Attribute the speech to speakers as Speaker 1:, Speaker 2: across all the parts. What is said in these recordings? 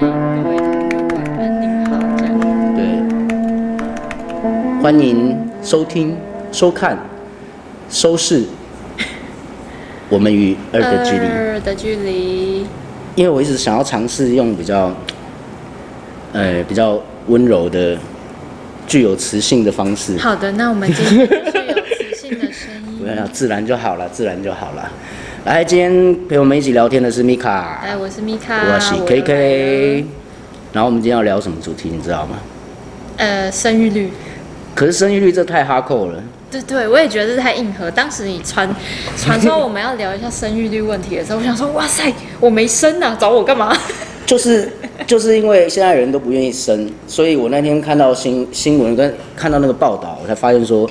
Speaker 1: 呃
Speaker 2: 欢迎收听、收看、收视我们与二的距离。
Speaker 1: 二呃的距离，
Speaker 2: 因为我一直想要尝试用比较，呃，比较温柔的、具有磁性的方式，
Speaker 1: 好的，那我们今天是有磁性的声
Speaker 2: 不
Speaker 1: 音。
Speaker 2: 要自然就好了，自然就好了。来，今天陪我们一起聊天的是米卡，
Speaker 1: 哎，我是米卡，
Speaker 2: 我是
Speaker 1: 又
Speaker 2: K
Speaker 1: 来
Speaker 2: K
Speaker 1: 了。
Speaker 2: 然后我们今天要聊什么主题，你知道吗？
Speaker 1: 呃，生育率，
Speaker 2: 可是生育率这太哈扣了，
Speaker 1: 对对，我也觉得这太硬核。当时你传传说我们要聊一下生育率问题的时候，我想说，哇塞，我没生啊，找我干嘛？
Speaker 2: 就是就是因为现在人都不愿意生，所以我那天看到新新闻跟看到那个报道，我才发现说，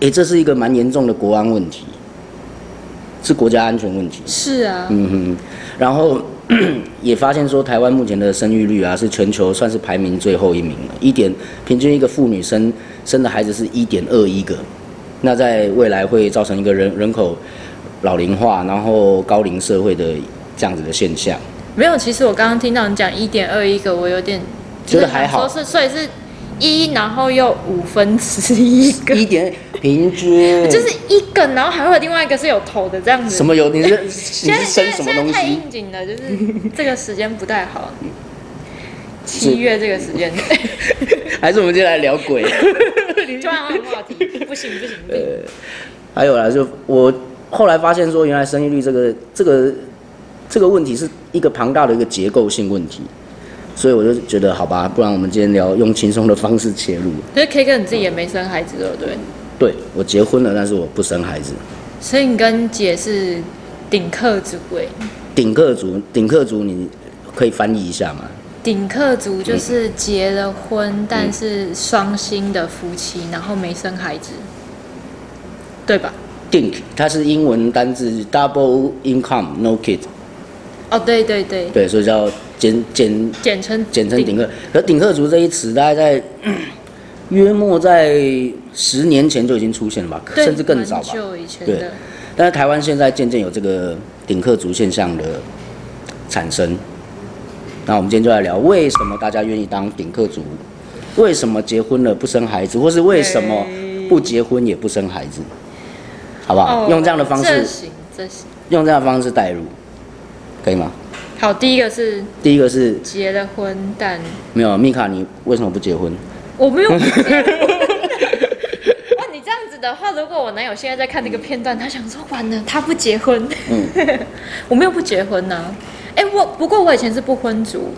Speaker 2: 诶、这是一个蛮严重的国安问题，是国家安全问题。
Speaker 1: 是啊，
Speaker 2: 嗯哼，然后 也发现说，台湾目前的生育率啊，是全球算是排名最后一名了，一点平均一个妇女生生的孩子是一点二一个，那在未来会造成一个人人口老龄化，然后高龄社会的这样子的现象。
Speaker 1: 没有。其实我刚刚听到你讲一点二一个，我有点
Speaker 2: 觉得还好
Speaker 1: 就是想说是，所以是一，然后又五分之一个，
Speaker 2: 一点平均
Speaker 1: 就是一个，然后还会有另外一个是有头的这样子。
Speaker 2: 什么有你是你
Speaker 1: 现
Speaker 2: 是
Speaker 1: 在
Speaker 2: 生
Speaker 1: 现在
Speaker 2: 什
Speaker 1: 现
Speaker 2: 么
Speaker 1: 在
Speaker 2: 东
Speaker 1: 太
Speaker 2: 西？
Speaker 1: 应景了，就是这个时间不太好。七月这个时间，
Speaker 2: 还是我们今天来聊鬼？
Speaker 1: 突然换话题，不行不行不行。
Speaker 2: 还有啦，就我后来发现说，原来生育率这个这个这个问题是一个庞大的一个结构性问题，所以我就觉得好吧，不然我们今天聊用轻松的方式切入。
Speaker 1: 可是 K 哥你自己也没生孩子对不对？
Speaker 2: 对我结婚了，但是我不生孩子。
Speaker 1: 所以你跟姐是顶客族哎，
Speaker 2: 顶客族，顶客族，你可以翻译一下吗？
Speaker 1: 顶客族就是结了婚但是双薪的夫妻，然后没生孩子，对吧？
Speaker 2: think 它是英文单字 double income no kid，
Speaker 1: 哦，对对对，
Speaker 2: 对，所以叫简简
Speaker 1: 简称
Speaker 2: 简称顶客。可顶客族这一词，大概在嗯约莫在十年前就已经出现了吧，
Speaker 1: 对
Speaker 2: 甚至更早吧
Speaker 1: 蛮。久以前
Speaker 2: 对
Speaker 1: 的，
Speaker 2: 但是台湾现在渐渐有这个顶客族现象的产生。那我们今天就来聊，为什么大家愿意当顶客族？为什么结婚了不生孩子，或是为什么不结婚也不生孩子？好不
Speaker 1: 哦
Speaker 2: 好？用这样的方
Speaker 1: 这
Speaker 2: 式，
Speaker 1: 行这行。
Speaker 2: 用这样的方式带入，可以吗？
Speaker 1: 好，第一个是
Speaker 2: 第一个是
Speaker 1: 结了婚，但
Speaker 2: 没有米卡，你为什么不结婚？
Speaker 1: 我 没有不结婚。哇，你这样子的话，如果我男友现在在看这个片段，他想说完了，他不结婚。
Speaker 2: 嗯
Speaker 1: 我没有不结婚呐、哎、我不过我以前是不婚族，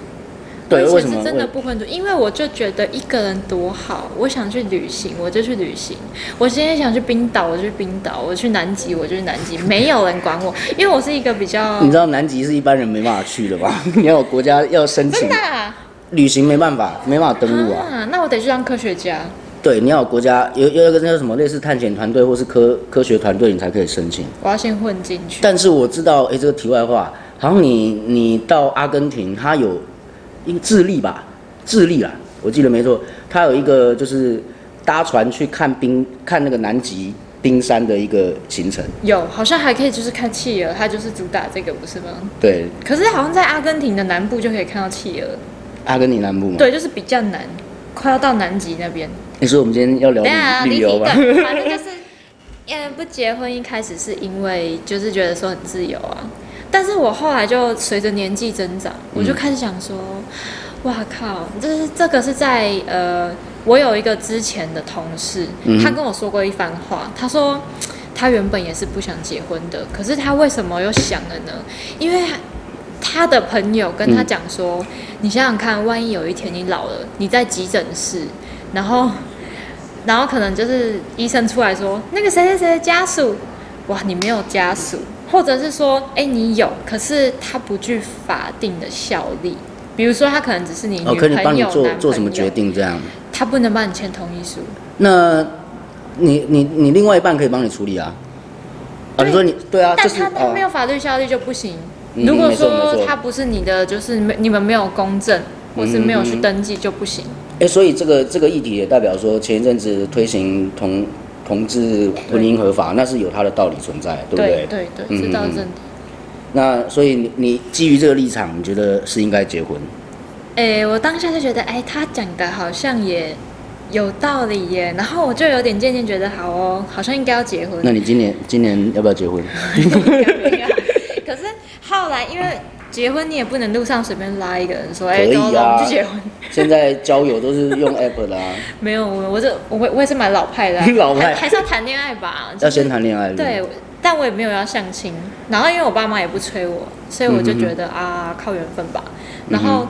Speaker 2: 对，
Speaker 1: 我
Speaker 2: 为
Speaker 1: 以
Speaker 2: 什
Speaker 1: 前
Speaker 2: 么
Speaker 1: 是？真的不婚族，因为我就觉得一个人多好，我想去旅行我就去旅行，我今天想去冰岛我就去冰岛，我去南极我就去南极，没有人管我，因为我是一个比较
Speaker 2: 你知道南极是一般人没办法去的吧？ 你要有国家要申
Speaker 1: 真
Speaker 2: 请
Speaker 1: 的啊
Speaker 2: 旅行，没办法，没办法登陆啊。
Speaker 1: 啊，那我得去当科学家。
Speaker 2: 对，你要有国家有有一个叫什么类似探险团队或是科科学团队，你才可以申请。
Speaker 1: 我要先混进去。
Speaker 2: 但是我知道，哎，这个题外话，好像你你到阿根廷，它有一个智利吧，智利啦，我记得没错，它有一个就是搭船去看冰看那个南极冰山的一个行程。
Speaker 1: 有，好像还可以就是看企鹅，它就是主打这个，不是吗？
Speaker 2: 对，
Speaker 1: 可是好像在阿根廷的南部就可以看到企鹅，
Speaker 2: 阿根廷南部嘛。
Speaker 1: 对，就是比较南，快要到南极那边。
Speaker 2: 你说我们今天要聊
Speaker 1: 等一下啊
Speaker 2: 旅旅
Speaker 1: 离
Speaker 2: 游
Speaker 1: 题
Speaker 2: 吧？
Speaker 1: 的，反正 就是，嗯，不结婚一开始是因为就是觉得说很自由啊，但是我后来就随着年纪增长，我
Speaker 2: 嗯
Speaker 1: 就开始想说，哇靠，就是这个是在呃，我有一个之前的同事，
Speaker 2: 嗯
Speaker 1: 他跟我说过一番话，他说。他原本也是不想结婚的，可是他为什么又想了呢？因为他的朋友跟
Speaker 2: 嗯
Speaker 1: 他讲说：“你想想看，万一有一天你老了，你在急诊室，然后， 然后可能就是医生出来说，那个谁谁谁的家属，哇，你没有家属，或者是说，哎，你有，可是他不具法定的效力，比如说他可能只是你女朋
Speaker 2: 哦，
Speaker 1: 友、
Speaker 2: 可以帮你做
Speaker 1: 男
Speaker 2: 做什么
Speaker 1: 朋友
Speaker 2: 决，定这样？
Speaker 1: 他不能帮你签同意书。
Speaker 2: 那你你你另外一半可以帮你处理啊。啊，
Speaker 1: 对
Speaker 2: 你说你对啊，就
Speaker 1: 但
Speaker 2: 是
Speaker 1: 他他
Speaker 2: 哦
Speaker 1: 没有法律效力就不行。
Speaker 2: 嗯
Speaker 1: 如果
Speaker 2: 没错没
Speaker 1: 说
Speaker 2: 错
Speaker 1: 他不是你的，就是没你们没有公证，或是没
Speaker 2: 嗯
Speaker 1: 有去登记就不行。
Speaker 2: 哎、所以这个这个议题也代表说，前一阵子推行同同志婚姻合法，那是有它的道理存在，对不对？
Speaker 1: 对对
Speaker 2: 嗯
Speaker 1: 知道
Speaker 2: 嗯
Speaker 1: 真
Speaker 2: 嗯
Speaker 1: 的。
Speaker 2: 那所以你你基于这个立场，你觉得是应该结婚？
Speaker 1: 哎、我当下就觉得，哎、他讲的好像也有道理耶。然后我就有点渐渐觉得，好哦，好像应该要结 婚。
Speaker 2: 那你今年今年要不要结婚？
Speaker 1: 可是后来因为结婚，你也不能路上随便拉一个人说，哎、
Speaker 2: 可以
Speaker 1: 跟我老
Speaker 2: 啊
Speaker 1: 公去结婚。
Speaker 2: 现在交友都是用 app 啊啦、
Speaker 1: 没有，我我这我会我也是蛮老派的啊、
Speaker 2: 老
Speaker 1: 还
Speaker 2: 派
Speaker 1: 还是要谈恋爱 吧，就是
Speaker 2: 要先谈恋爱。不
Speaker 1: 对，但我也没有要相亲。然后因为我爸妈也不催我，所以我就
Speaker 2: 嗯
Speaker 1: 觉得、啊，靠缘分吧。然后、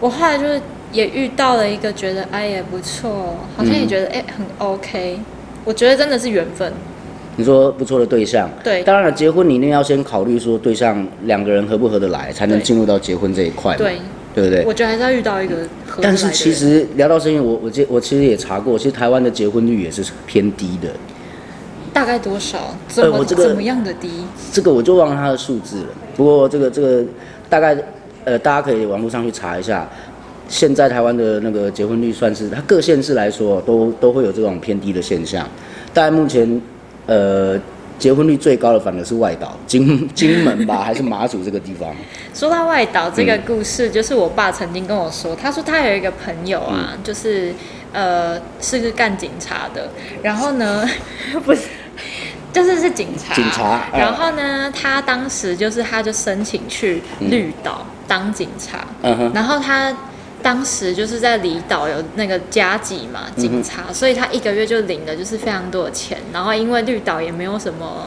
Speaker 1: 我后来就是也遇到了一个觉得哎也不错，好
Speaker 2: 嗯
Speaker 1: 像也觉得哎、很 OK。我觉得真的是缘分，
Speaker 2: 你说不错的对象，
Speaker 1: 对
Speaker 2: 当然了，结婚你一定要先考虑说对象两个人合不合得来，才能
Speaker 1: 对
Speaker 2: 进入到结婚这一块嘛，
Speaker 1: 对，
Speaker 2: 对不对？
Speaker 1: 我觉得还是要遇到一个合得来的人。
Speaker 2: 但是其实聊到生育，我我这我其实也查过，其实台湾的结婚率也是偏低的，
Speaker 1: 大概多少？怎么、
Speaker 2: 呃我这个
Speaker 1: 怎么样的低？
Speaker 2: 这个我就忘了它的数字了。不过这个这个大概呃，大家可以网络上去查一下。现在台湾的那个结婚率算是它各县市来说都都会有这种偏低的现象，但目前呃结婚率最高的反而是外岛金金门吧，还是马祖这个地方。
Speaker 1: 说到外岛这
Speaker 2: 嗯
Speaker 1: 个故事，就是我爸曾经跟我说，他说他有一个朋友啊，
Speaker 2: 嗯
Speaker 1: 就是呃是个干警察的，然后呢， 不是。就是是警察，
Speaker 2: 警察嗯
Speaker 1: 然后呢，他当时就是他就申请去绿岛当警察，
Speaker 2: 嗯哼，
Speaker 1: 然后他当时就是在离岛有那个加急嘛，警察，
Speaker 2: 嗯
Speaker 1: 所以他一个月就领的就是非常多的钱。然后因为绿岛也没有什么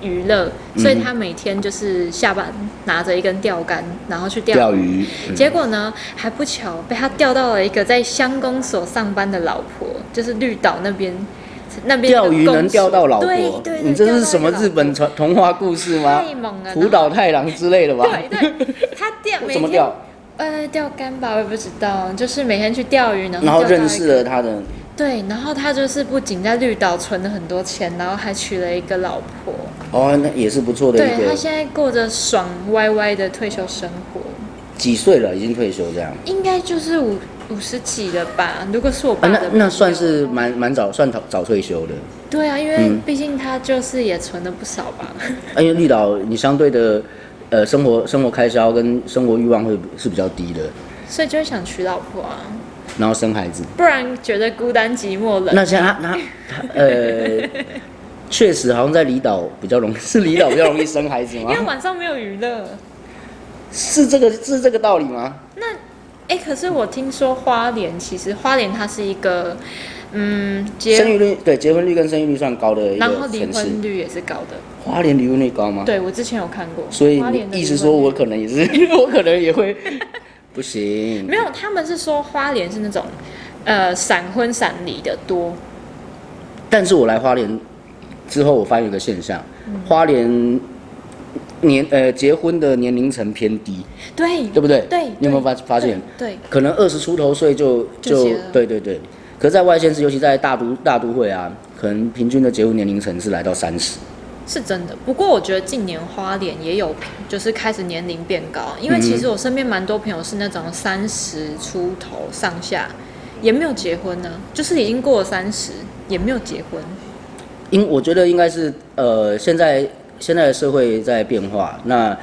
Speaker 1: 娱乐，
Speaker 2: 嗯
Speaker 1: 所以他每天就是下班拿着一根钓竿，然后去钓
Speaker 2: 钓鱼，嗯
Speaker 1: 结果呢，还不巧被他钓到了一个在乡公所上班的老婆，就是绿岛那边。那边
Speaker 2: 钓鱼能钓到老婆，
Speaker 1: 对对对
Speaker 2: 你这是什么
Speaker 1: 钓到一个
Speaker 2: 日本传 童话故事
Speaker 1: 老
Speaker 2: 吗
Speaker 1: 婆？太猛了，
Speaker 2: 浦岛太郎之类的吧？
Speaker 1: 对对，他钓每
Speaker 2: 怎么
Speaker 1: 天
Speaker 2: 钓？
Speaker 1: 呃，钓竿吧，我也不知道，就是每天去钓鱼，然后
Speaker 2: 然后
Speaker 1: 钓到一
Speaker 2: 认识
Speaker 1: 个
Speaker 2: 了他的，
Speaker 1: 对，然后他就是不仅在绿岛存了很多钱，然后还娶了一个老婆，
Speaker 2: 哦，那也是不错的一
Speaker 1: 对他
Speaker 2: 个。
Speaker 1: 现在过着爽歪歪的退休生活，
Speaker 2: 几岁了？已经退休这样。
Speaker 1: 应该就是五五十几了吧？如果是我
Speaker 2: 啊，
Speaker 1: 爸
Speaker 2: 那
Speaker 1: 的、
Speaker 2: 那算是蛮蛮早，算早早退休的。
Speaker 1: 对啊，因
Speaker 2: 嗯
Speaker 1: 为毕竟他就是也存了不少吧，
Speaker 2: 啊因为绿岛你相对的，呃，生活生活开销跟生活欲望会是比较低的，
Speaker 1: 所以就会想娶老婆啊，
Speaker 2: 然后生孩子。
Speaker 1: 不然觉得孤单寂寞冷。
Speaker 2: 那像他他他呃，确实好像在离岛比较容易，是离岛比较容易生孩子
Speaker 1: 因
Speaker 2: 吗
Speaker 1: 为？晚上没有娱乐，
Speaker 2: 是这个是这个道理吗？
Speaker 1: 哎、可是我听说花莲，其实花莲它是一个，嗯，
Speaker 2: 生
Speaker 1: 结，
Speaker 2: 育率对结婚率跟生育率算高的一
Speaker 1: 然后
Speaker 2: 个
Speaker 1: 离
Speaker 2: 城市，
Speaker 1: 婚率也是高的。
Speaker 2: 花莲离婚率高吗？
Speaker 1: 对，我之前有看过。
Speaker 2: 所以
Speaker 1: 花
Speaker 2: 你
Speaker 1: 莲的
Speaker 2: 意
Speaker 1: 离
Speaker 2: 思
Speaker 1: 婚
Speaker 2: 说我
Speaker 1: 率
Speaker 2: 可能 也是，我可能也会不行
Speaker 1: 没有？他们是说花莲是那种，呃，闪婚闪离的多。
Speaker 2: 但是我来花莲之后，我发现有个现象，
Speaker 1: 嗯
Speaker 2: 花莲年呃结婚的年龄层偏低，
Speaker 1: 对
Speaker 2: 对不对？
Speaker 1: 对
Speaker 2: 你有没有发发现？？
Speaker 1: 对，对
Speaker 2: 可能二十出头岁就
Speaker 1: 就
Speaker 2: 就
Speaker 1: 结了
Speaker 2: 对对对，可是在外县市，尤其在大都大都会啊，可能平均的结婚年龄层是来到三十。
Speaker 1: 是真的。不过我觉得近年花莲也有，就是开始年龄变高，因为
Speaker 2: 嗯
Speaker 1: 其实我身边蛮多朋友是那种三十出头上下，也没有结婚呢、就是已经过了三十，也没有结婚。
Speaker 2: 因我觉得应该是呃，现在现在的社会在变化，那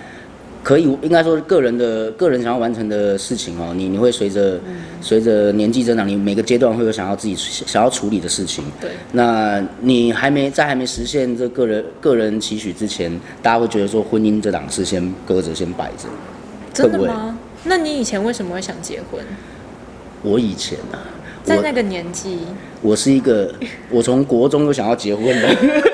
Speaker 2: 可以应该说个人的个人想要完成的事情哦，你你会随着、随着年纪增长，你每个阶段会有想要自己想要处理的事情。
Speaker 1: 对，
Speaker 2: 那你还没在还没实现这个人个人期许之前，大家会觉得说婚姻这档事先搁着先摆着。
Speaker 1: 真的
Speaker 2: 会不会
Speaker 1: 吗？那你以前为什么会想结婚？
Speaker 2: 我以前啊，
Speaker 1: 在
Speaker 2: 我
Speaker 1: 那个年纪，
Speaker 2: 我是一个，我从国中就想要结婚的。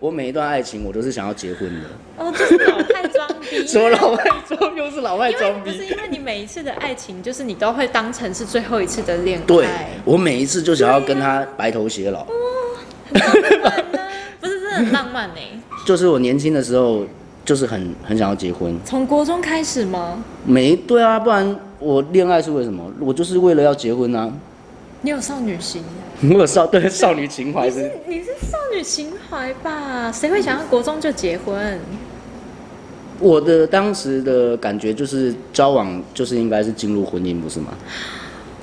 Speaker 2: 我每一段爱情，我都是想要结婚的。
Speaker 1: 哦，就是老派装逼。
Speaker 2: 什么老外装，又是老外
Speaker 1: 因为
Speaker 2: 装
Speaker 1: 不是
Speaker 2: 逼。
Speaker 1: 因为你每一次的爱情，就是你都会当成是最后一次的恋爱，
Speaker 2: 对，我每一次就想要跟他白头偕老。
Speaker 1: 很浪漫啊不是真的很浪漫欸呢、
Speaker 2: 就是我年轻的时候，就是很很想要结婚。
Speaker 1: 从国中开始吗？
Speaker 2: 没对啊，不然我恋爱是为什么？我就是为了要结婚啊。
Speaker 1: 你有少女啊心，
Speaker 2: 我有少对少女情怀
Speaker 1: 你
Speaker 2: 是
Speaker 1: 是你是少女情怀吧？谁会想要国中就结婚？
Speaker 2: 我的当时的感觉就是交往就是应该是进入婚姻，不是吗？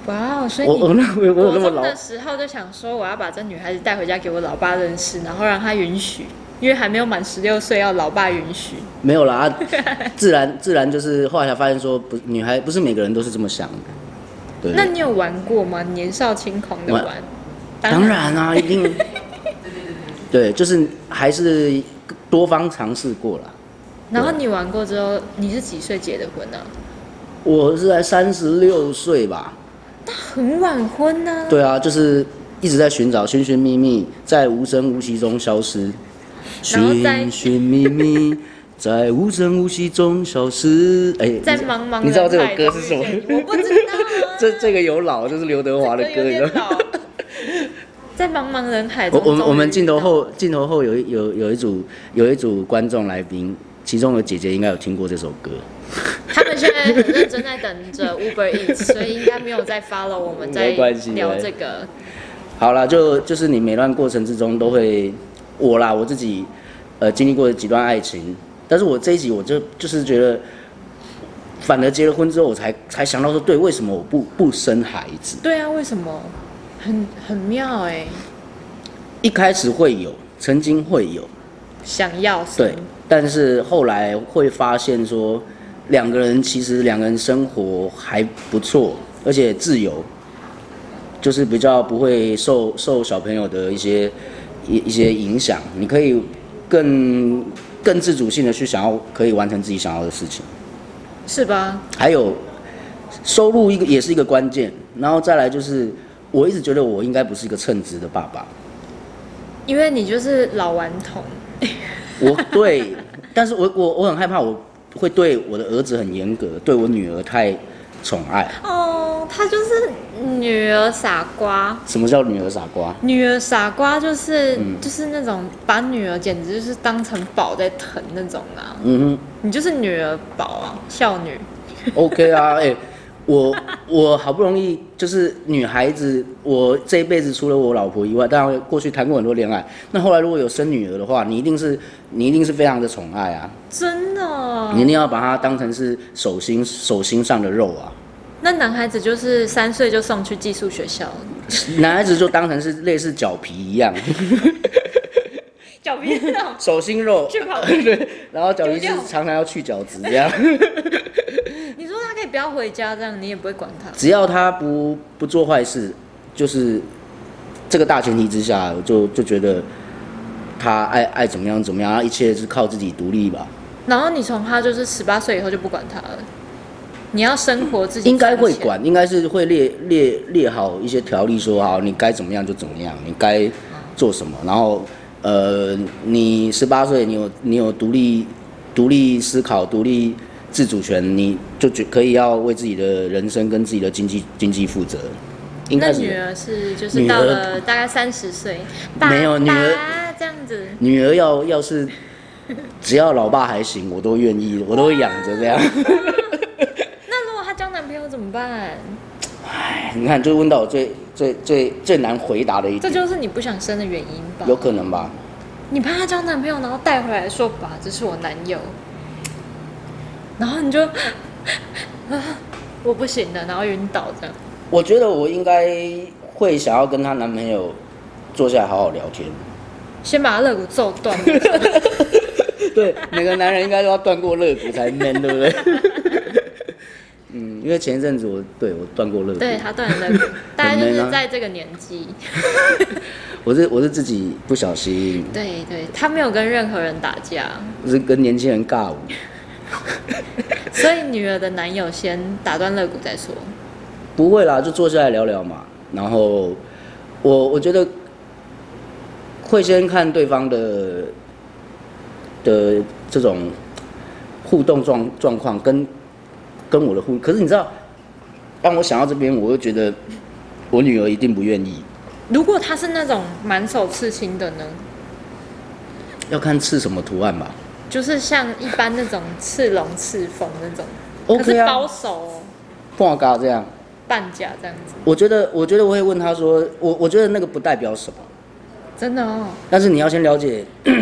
Speaker 1: 哇哦，所以
Speaker 2: 我我
Speaker 1: 你。
Speaker 2: 那我我有
Speaker 1: 国
Speaker 2: 那么
Speaker 1: 中
Speaker 2: 老
Speaker 1: 的时候就想说，我要把这女孩子带回家给我老爸认识，然后让他允许，因为还没有满十六岁，要老爸允许。
Speaker 2: 没有啦，啊自然自然就是后来才发现说不，女孩不是每个人都是这么想的。对
Speaker 1: 那你有玩过吗？年少轻狂的
Speaker 2: 玩
Speaker 1: 玩？
Speaker 2: 当然啊，一 定。对，就是还是多方尝试过了。
Speaker 1: 然后你玩过之后，你是几岁结的婚呢、
Speaker 2: 我是在三十六岁吧，
Speaker 1: 很晚婚呢、
Speaker 2: 对啊，就是一直在寻找，寻寻觅觅，在无声无息中消失，
Speaker 1: 然后在
Speaker 2: 寻寻觅觅，在无声无息中消失。哎、你
Speaker 1: 在茫茫
Speaker 2: 你知道这
Speaker 1: 人
Speaker 2: 首
Speaker 1: 海
Speaker 2: 歌
Speaker 1: 中
Speaker 2: 是什么？。
Speaker 1: 遇见你我不知道啊
Speaker 2: 这这个有老，这是刘德华的
Speaker 1: 有
Speaker 2: 歌，你知道
Speaker 1: 点
Speaker 2: 吗？
Speaker 1: 老。在茫茫人海
Speaker 2: 我
Speaker 1: 中，
Speaker 2: 我们我们镜
Speaker 1: 终
Speaker 2: 头
Speaker 1: 于遇
Speaker 2: 后镜头后有一有有一组有一组观众来宾，其中的姐姐应该有听过这首歌。
Speaker 1: 到，他们现在很认真在等着 Uber Eats，所 以应该没有在 follow 我们在
Speaker 2: 没关系
Speaker 1: 聊
Speaker 2: 没
Speaker 1: 这个。
Speaker 2: 好啦，就就是你每段过程之中都会，我啦我自己，呃，经历过几段爱情，但是我这一集我就就是觉得，反而结了婚之后，我才才想到说，对，为什么我不不生孩子？
Speaker 1: 对啊，为什么？很很妙哎、
Speaker 2: 一开始会有，曾经会有，
Speaker 1: 想要生
Speaker 2: 对，但是后来会发现说，两个人其实两个人生活还不错，而且自由，就是比较不会受受小朋友的一些一一些影响，你可以更更自主性的去想要可以完成自己想要的事情，
Speaker 1: 是吧？
Speaker 2: 还有收入一个也是一个关键，然后再来就是我一直觉得我应该不是一个称职的爸爸，
Speaker 1: 因为你就是老顽童，
Speaker 2: 我对，但是我我我很害怕，我会对我的儿子很严格，对我女儿太宠爱。
Speaker 1: 哦，他就是女儿傻瓜。
Speaker 2: 什么叫女儿傻瓜？
Speaker 1: 女儿傻瓜就是、
Speaker 2: 嗯
Speaker 1: 就是那种把女儿简直就是当成宝在疼那种啊，
Speaker 2: 嗯
Speaker 1: 你就是女儿宝啊，孝女。
Speaker 2: 哼，OK 啊，哎、我我好不容易就是女孩子，我这一辈子除了我老婆以外，当然过去谈过很多恋爱。那后来如果有生女儿的话，你一定是你一定是非常的宠爱啊，
Speaker 1: 真的哦、
Speaker 2: 你一定要把她当成是手心手心上的肉啊。
Speaker 1: 那男孩子就是三岁就送去寄宿学 校，
Speaker 2: 男孩子就当成是类似脚皮一样，
Speaker 1: 脚皮那种
Speaker 2: 手心肉，
Speaker 1: 去跑 步。
Speaker 2: 然后脚皮就是
Speaker 1: 丢掉
Speaker 2: 常常要去角质这样。
Speaker 1: 你说他可以不要回家，这样你也不会管他。
Speaker 2: 只要他不不做坏事，就是这个大前提之下，我就就觉得他爱爱怎么样怎么样，啊一切是靠自己独立吧。
Speaker 1: 然后你从他就是十八岁以后就不管他了，你要生活自己
Speaker 2: 应该
Speaker 1: 赚
Speaker 2: 会
Speaker 1: 钱。
Speaker 2: 管，应该是会列列列好一些条例说好你该怎么样就怎么样，你该做什么，然后呃，你十八岁，你有你有独立独立思考、独立自主权，你就觉可以要为自己的人生跟自己的经济经济负责。应
Speaker 1: 那
Speaker 2: 该是
Speaker 1: 女儿是就是
Speaker 2: 女儿
Speaker 1: 到了大概三十岁，爸
Speaker 2: 没有女儿
Speaker 1: 爸这样子。
Speaker 2: 女儿要要是只要老爸还行，我都愿意，我都会养着这 样。
Speaker 1: 那如果她交男朋友怎么办？
Speaker 2: 哎你看，就问到我最最最最难回答的一
Speaker 1: 这
Speaker 2: 点，
Speaker 1: 就是你不想生的原因吧？
Speaker 2: 有可能吧？
Speaker 1: 你怕她交男朋友，然后带回来说爸，这是我男友，然后你就 啊，我不行了，然后晕倒这样。
Speaker 2: 我觉得我应该会想要跟她男朋友坐下来好好聊天。
Speaker 1: 先把她肋骨揍断，
Speaker 2: 对，每个男人应该都要断过肋骨才 man，对不对？ 嗯，因为前一阵子我对我断过肋骨，
Speaker 1: 对她断了肋骨，大概就
Speaker 2: 很嗯 man
Speaker 1: 是
Speaker 2: 啊
Speaker 1: 在这个年纪。
Speaker 2: 我是我是自己不小心，
Speaker 1: 对对，她没有跟任何人打架，
Speaker 2: 是跟年轻人尬舞。
Speaker 1: 所以女儿的男友先打断肋骨再说。
Speaker 2: 不会啦，就坐下来聊聊嘛。然后我我觉得会先看对方的的这种互动状状况跟跟我的互，可是你知道，让我想到这边，我又觉得我女儿一定不愿意。
Speaker 1: 如果她是那种满手刺青的呢？
Speaker 2: 要看刺什么图案吧。
Speaker 1: 就是像一般那种刺龙刺凤那种可
Speaker 2: OK
Speaker 1: 是
Speaker 2: 啊
Speaker 1: 包，手、哦、
Speaker 2: 挂嘎这样。
Speaker 1: 半甲这样子，
Speaker 2: 我觉得，我觉得我会问她说，我我觉得那个不代表什么，
Speaker 1: 真的哦。
Speaker 2: 但是你要先了解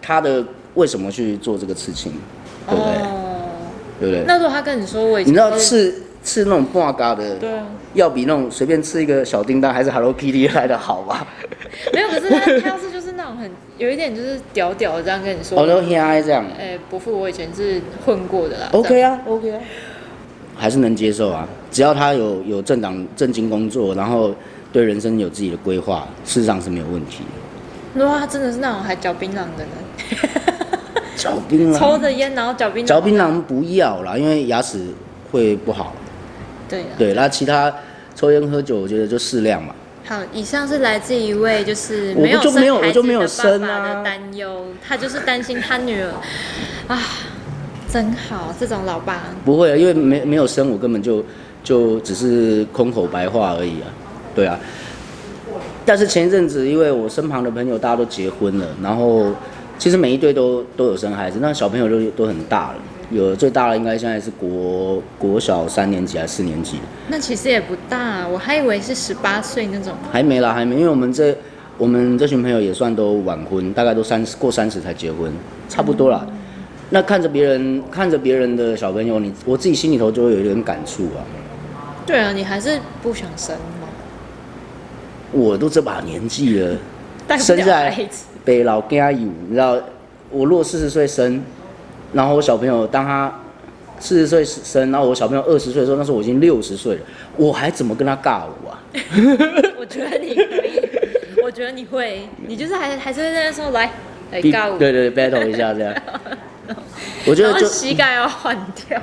Speaker 2: 她的为什么去做这个刺青，对不对？
Speaker 1: 哦，
Speaker 2: 对不对？
Speaker 1: 那如果他跟你说我已
Speaker 2: 你
Speaker 1: 经，
Speaker 2: 知道刺刺那种挂嘎的，
Speaker 1: 对啊，
Speaker 2: 要比那种随便刺一个小叮当还是 Hello Kitty 来的好吧？
Speaker 1: 没有，可是他他要是就是那种很有一点就是屌屌的这样跟你说
Speaker 2: 我，都 h 这样
Speaker 1: 哎、伯父，我以前是混过的啦。这样
Speaker 2: ，OK 啊，OK 啊。还是能接受啊，只要他有有正当正经工作，然后对人生有自己的规划，事实上是没有问题的。
Speaker 1: 如果他真的是那种还嚼槟榔的呢，
Speaker 2: 嚼槟
Speaker 1: 抽
Speaker 2: 榔，
Speaker 1: 着烟然后嚼槟榔，
Speaker 2: 啊嚼槟榔不要啦，因为牙齿会不好。
Speaker 1: 对啊。
Speaker 2: 对，那其他抽烟喝酒，我觉得就适量嘛。
Speaker 1: 好，以上是来自一位就是
Speaker 2: 我
Speaker 1: 没有
Speaker 2: 就没有
Speaker 1: 生孩子
Speaker 2: 我就没有
Speaker 1: 的爸
Speaker 2: 生
Speaker 1: 爸
Speaker 2: 啊
Speaker 1: 的担忧，他就是担心他女儿啊，真好，这种老爸
Speaker 2: 不会，啊因为没没有生，我根本就就只是空口白话而已啊。对啊，但是前一阵子，因为我身旁的朋友大家都结婚了，然后其实每一对都都有生孩子，那小朋友都都很大了，有最大的应该现在是国国小三年级还是四年级，
Speaker 1: 那其实也不大，我还以为是十八岁那种。
Speaker 2: 还没啦，还没，因为我们这我们这群朋友也算都晚婚，大概都三十过三十才结婚，差不多啦。那看着别人看着别人的小朋友，你我自己心里头就会有一点感触啊。
Speaker 1: 对啊，你还是不想生吗？
Speaker 2: 我都这把年纪了，
Speaker 1: 带不
Speaker 2: 生
Speaker 1: 了
Speaker 2: 下来
Speaker 1: 孩子，
Speaker 2: 北老家有，你知道，我如果四十岁生，然后我小朋友当他四十岁生，然后我小朋友二十岁的时候，那时候我已经六十岁了，我还怎么跟他尬舞啊？
Speaker 1: 我觉得你可 以，我觉得你会，你就是还还是会在那说来来
Speaker 2: 比
Speaker 1: 告我，
Speaker 2: 对对对，battle 一下这样。我觉
Speaker 1: 然
Speaker 2: 得
Speaker 1: 后
Speaker 2: 就
Speaker 1: 膝盖要换掉。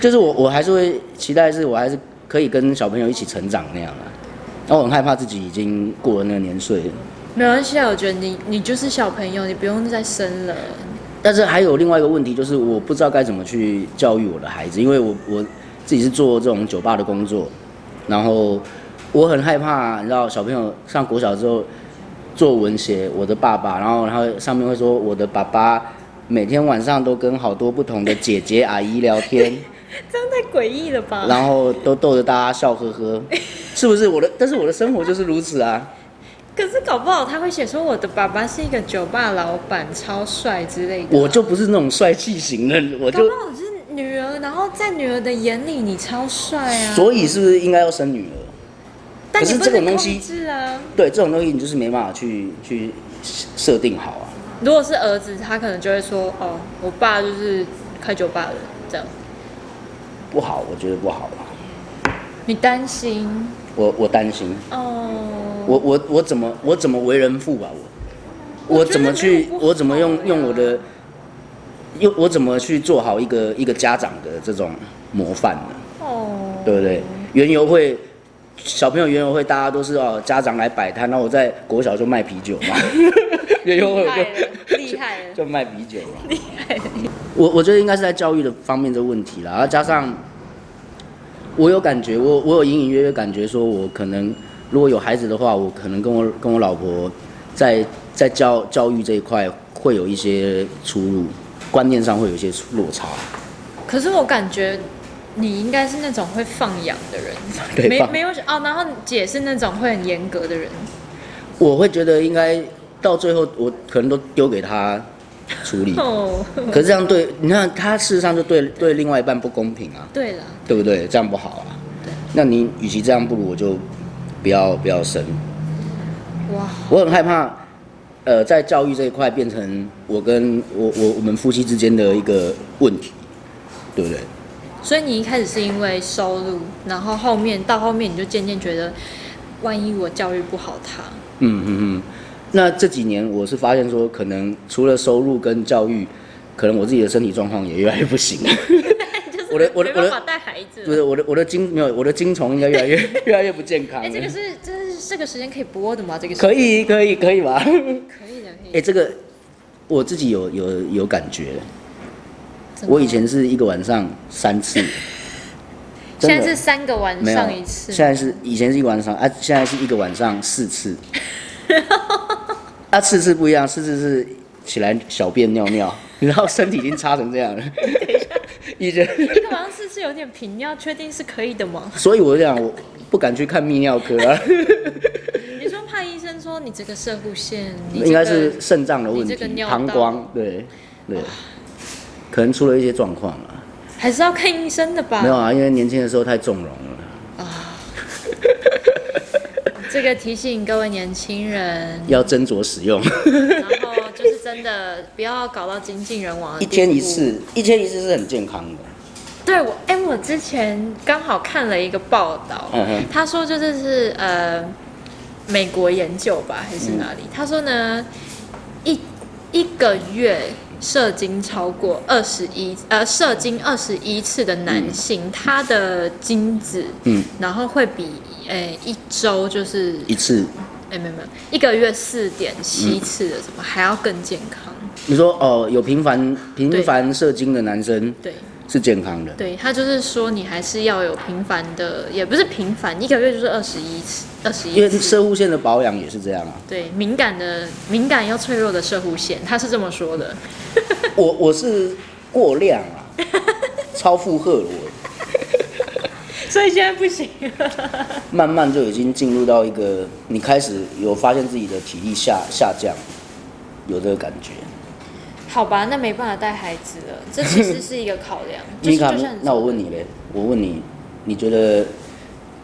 Speaker 2: 就是我我还是会期待，是我还是可以跟小朋友一起成长那样啊。然后我很害怕自己已经过了那个年岁了。
Speaker 1: 没关系啊，我觉得你你就是小朋友，你不用再生了。
Speaker 2: 但是还有另外一个问题，就是我不知道该怎么去教育我的孩子，因为我我自己是做这种酒吧的工作，然后我很害怕，你知道小朋友上国小之后做文学，我的爸爸，然后然后上面会说我的爸爸每天晚上都跟好多不同的姐姐阿姨聊天，
Speaker 1: 这样太诡异了吧？
Speaker 2: 然后都逗得大家笑呵呵，是不是我的？但是我的生活就是如此啊。
Speaker 1: 可是搞不好他会写说我的爸爸是一个酒吧老板，超帅之类的。
Speaker 2: 我就不是那种帅气型的，我
Speaker 1: 搞
Speaker 2: 就
Speaker 1: 不好是女儿，然后在女儿的眼里你超帅啊。
Speaker 2: 所以是不是应该要生女儿？
Speaker 1: 但你
Speaker 2: 可是
Speaker 1: 不
Speaker 2: 这
Speaker 1: 能
Speaker 2: 种东西
Speaker 1: 控制啊。
Speaker 2: 对，这种东西你就是没办法去去设定好啊。
Speaker 1: 如果是儿子，他可能就会说哦，我爸就是开酒吧的这样。
Speaker 2: 不好，我觉得不好啊。
Speaker 1: 你担心
Speaker 2: 我我担心，
Speaker 1: 哦？
Speaker 2: 我我我怎么我怎么为人父啊？我
Speaker 1: 我觉得
Speaker 2: 怎么去
Speaker 1: 没有不好啊
Speaker 2: 我怎么用用我的
Speaker 1: 呀
Speaker 2: 用我怎么去做好一个一个家长的这种模范呢？
Speaker 1: 哦，
Speaker 2: 对不对？园游会，小朋友园游会，大家都是哦，家长来摆摊，然后我在国小就卖啤酒 嘛， 园游会
Speaker 1: 厉
Speaker 2: 我
Speaker 1: 害
Speaker 2: 就
Speaker 1: 了，厉害了。
Speaker 2: 就卖啤酒啊嘛。厉害！我我觉得应该是在教育的方面的问题啦，然啊后加上我有感觉，我我有隐隐约约感觉说，我可能如果有孩子的话，我可能跟我跟我老婆在在教教育这一块会有一些出入，观念上会有一些出落差。
Speaker 1: 可是我感觉你应该是那种会放养的人，
Speaker 2: 对
Speaker 1: 没
Speaker 2: 放
Speaker 1: 没有哦。然后姐是那种会很严格的人，。
Speaker 2: 我会觉得应该到最后，我可能都丢给他处理
Speaker 1: 哦，
Speaker 2: 可是这样对，你看他事实上就对对另外一半不公平啊，
Speaker 1: 对啦，
Speaker 2: 对不对？这样不好啊。那你与其这样，不如我就不要不要生。
Speaker 1: 哇，
Speaker 2: 我很害怕，呃，在教育这一块变成我跟我我我们夫妻之间的一个问题，对不对？
Speaker 1: 所以你一开始是因为收入，然后后面到后面你就渐渐觉得，万一我教育不好他，
Speaker 2: 嗯嗯嗯。那这几年我是发现说，可能除了收入跟教育，可能我自己的身体状况也越来越不行。
Speaker 1: 就是
Speaker 2: 我的我的
Speaker 1: 没办
Speaker 2: 我
Speaker 1: 法
Speaker 2: 的
Speaker 1: 带孩子
Speaker 2: 不
Speaker 1: 了。
Speaker 2: 是我的我的精没有我的精虫应该越 来越越来越不健康
Speaker 1: 哎、
Speaker 2: 了。
Speaker 1: 这个是这是这个时间可以播的吗？这个时
Speaker 2: 可以可以可以吧？
Speaker 1: 可以的，可以
Speaker 2: 哎、
Speaker 1: 的。
Speaker 2: 这个我自己有有有感觉，
Speaker 1: 怎么
Speaker 2: 我以前是一个晚上三 次，真
Speaker 1: 现
Speaker 2: 的
Speaker 1: 在是三个晚
Speaker 2: 没有啊
Speaker 1: 上一次，
Speaker 2: 现在是以前是一个晚上啊，现在是一个晚上 四次，啊四次不一样，四次是起来小便尿尿， 然后身体已经差成这 样了，以前。
Speaker 1: 一个晚上四次有点频尿，确定是可以的吗？
Speaker 2: 所以我就讲，我不敢去看泌尿科、啊，
Speaker 1: 你说怕医生说你这个射护线， 你、这个、
Speaker 2: 应该是肾脏的问
Speaker 1: 你
Speaker 2: 题
Speaker 1: 这个，尿道
Speaker 2: 膀胱对对，可能出了一些状况了。
Speaker 1: 还是要看医生的吧？
Speaker 2: 没有啊，因为年轻的时候太纵容了。
Speaker 1: 这个提醒各位年轻人，
Speaker 2: 要斟酌使 用，
Speaker 1: 然后就是真的不要搞到精尽人亡的地步
Speaker 2: 一天一，次，一天一次是很健康的。
Speaker 1: 对我，哎、我之前刚好看了一个报道，
Speaker 2: 嗯哼，
Speaker 1: 他说就是是呃，美国研究吧，还是哪里？
Speaker 2: 嗯
Speaker 1: 他说呢，一一个月射精超过二十一呃射精二十一次的男性，他的精子，
Speaker 2: 嗯，
Speaker 1: 然后会比诶、一周就是
Speaker 2: 一次，
Speaker 1: 哎没有没有一个月四点七次的什么、还要更健康？
Speaker 2: 你说哦，有频繁频繁射精的男生
Speaker 1: 对
Speaker 2: 是健康的，
Speaker 1: 对，他就是说你还是要有频繁的，也不是频繁，一个月就是二十一次二十
Speaker 2: 因
Speaker 1: 一
Speaker 2: 为
Speaker 1: 次。
Speaker 2: 射护线的保养也是这样啊。
Speaker 1: 对，敏感的敏感又脆弱的射护线，他是这么说的。
Speaker 2: 我我是过量啊，超负荷了我。
Speaker 1: 所以现在不行。
Speaker 2: 慢慢就已经进入到一个你开始有发现自己的体力下下降，有这个感觉。
Speaker 1: 好吧，那没办法带孩子了，这其实是一个考量。就是
Speaker 2: 米卡
Speaker 1: 就像，
Speaker 2: 那我问你嘞，我问你，你觉得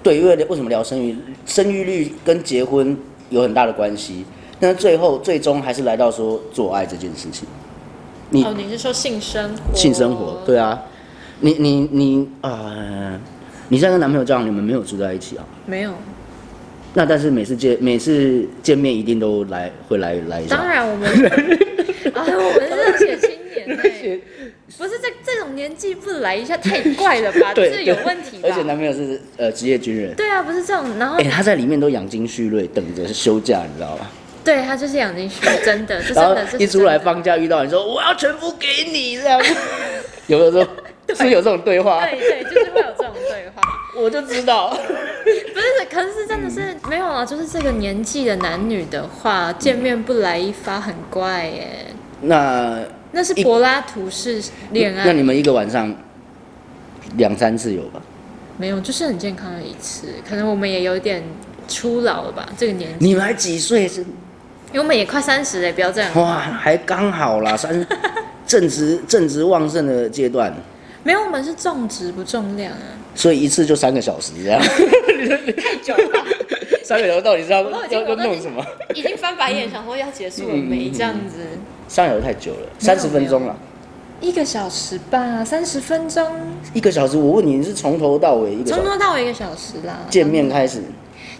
Speaker 2: 对？因为为什么聊生育？生育率跟结婚有很大的关系，但是最后最终还是来到说做爱这件事情，你
Speaker 1: 哦，你是说性生活？
Speaker 2: 性生活，。
Speaker 1: 哦
Speaker 2: 对啊，你你你啊、你现在跟男朋友交往，你们没有住在一起啊？
Speaker 1: 没有，
Speaker 2: 那但是每次见每次见面一定都来会来来一下，
Speaker 1: 当然我们， 哎，我们热血青年、 欸，不是这这种年纪不来一下太怪了吧？
Speaker 2: 对，
Speaker 1: 这
Speaker 2: 对
Speaker 1: 有问题吧
Speaker 2: 而？且男朋友是呃职业军人，
Speaker 1: 对啊，不是这种，然后、
Speaker 2: 哎、他在里面都养精蓄锐，等着休假，你知道吧？
Speaker 1: 对他就是养进去，真 的，这真
Speaker 2: 然后
Speaker 1: 的是
Speaker 2: 一出来
Speaker 1: 真的
Speaker 2: 放假遇到你说我要全部给你 这样，有没有这种？是不是有这种对话？
Speaker 1: 对对，就是会有这种对话。
Speaker 2: 我就 知道，
Speaker 1: 不是，可是真的是、没有啊，就是这个年纪的男女的话，见面不来一发很怪耶。
Speaker 2: 那
Speaker 1: 那是柏拉图式恋
Speaker 2: 那
Speaker 1: 爱，
Speaker 2: 你们一个晚上两三次有吧？
Speaker 1: 没有，就是很健康的一次。可能我们也有点初老了吧，这个年纪，
Speaker 2: 你们还几岁是？
Speaker 1: 因为我们也快三十了，不要这样。
Speaker 2: 哇，还刚好啦，三正值正值旺盛的阶段，
Speaker 1: 没有，我们是重质不重量啊，
Speaker 2: 所以一次就三个小时这样，
Speaker 1: 太久了，
Speaker 2: 三个小时到底是要
Speaker 1: 我都已经
Speaker 2: 要要
Speaker 1: 我都已
Speaker 2: 弄
Speaker 1: 经
Speaker 2: 什么？
Speaker 1: 已经翻白眼想说要结束了没？这样子，
Speaker 2: 三个小时太久了，三十分钟了。
Speaker 1: 一个小时吧，三十分钟，
Speaker 2: 一个小时，我问你，你是从头到尾一个
Speaker 1: 从
Speaker 2: 小时
Speaker 1: 头到尾一个小时啦。
Speaker 2: 见面开始，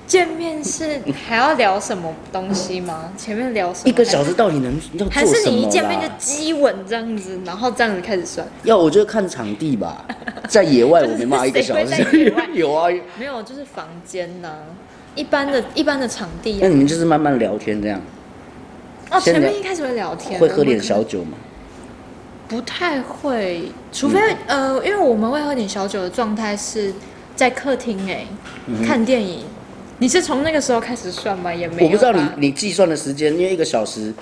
Speaker 1: 见面是还要聊什么东西吗？前面聊什么？
Speaker 2: 一个小时到底能要
Speaker 1: 还
Speaker 2: 做
Speaker 1: 是
Speaker 2: 什
Speaker 1: 你一
Speaker 2: 么
Speaker 1: 见面就
Speaker 2: 啦？
Speaker 1: 激吻这样子，然后这样子开始算？
Speaker 2: 要我觉得看场地 吧，在野外我没骂一个小
Speaker 1: 就是谁会在野
Speaker 2: 时
Speaker 1: 外，
Speaker 2: 有啊。
Speaker 1: 没有，就是房间呐、一般的一般的场地
Speaker 2: 那
Speaker 1: 啊。
Speaker 2: 你们就是慢慢聊天这样，
Speaker 1: 哦，
Speaker 2: 先
Speaker 1: 前
Speaker 2: 聊
Speaker 1: 面一开始会聊天，
Speaker 2: 会
Speaker 1: 啊我
Speaker 2: 喝
Speaker 1: 们
Speaker 2: 点
Speaker 1: 可
Speaker 2: 小
Speaker 1: 能
Speaker 2: 酒吗？
Speaker 1: 不太会，除非、
Speaker 2: 嗯
Speaker 1: 呃，因为我们会喝点小酒的状态是在客厅哎、
Speaker 2: 嗯
Speaker 1: 看电影。你是从那个时候开始算吗？也没有，
Speaker 2: 我不知道你。你计算的时间，因为一个小时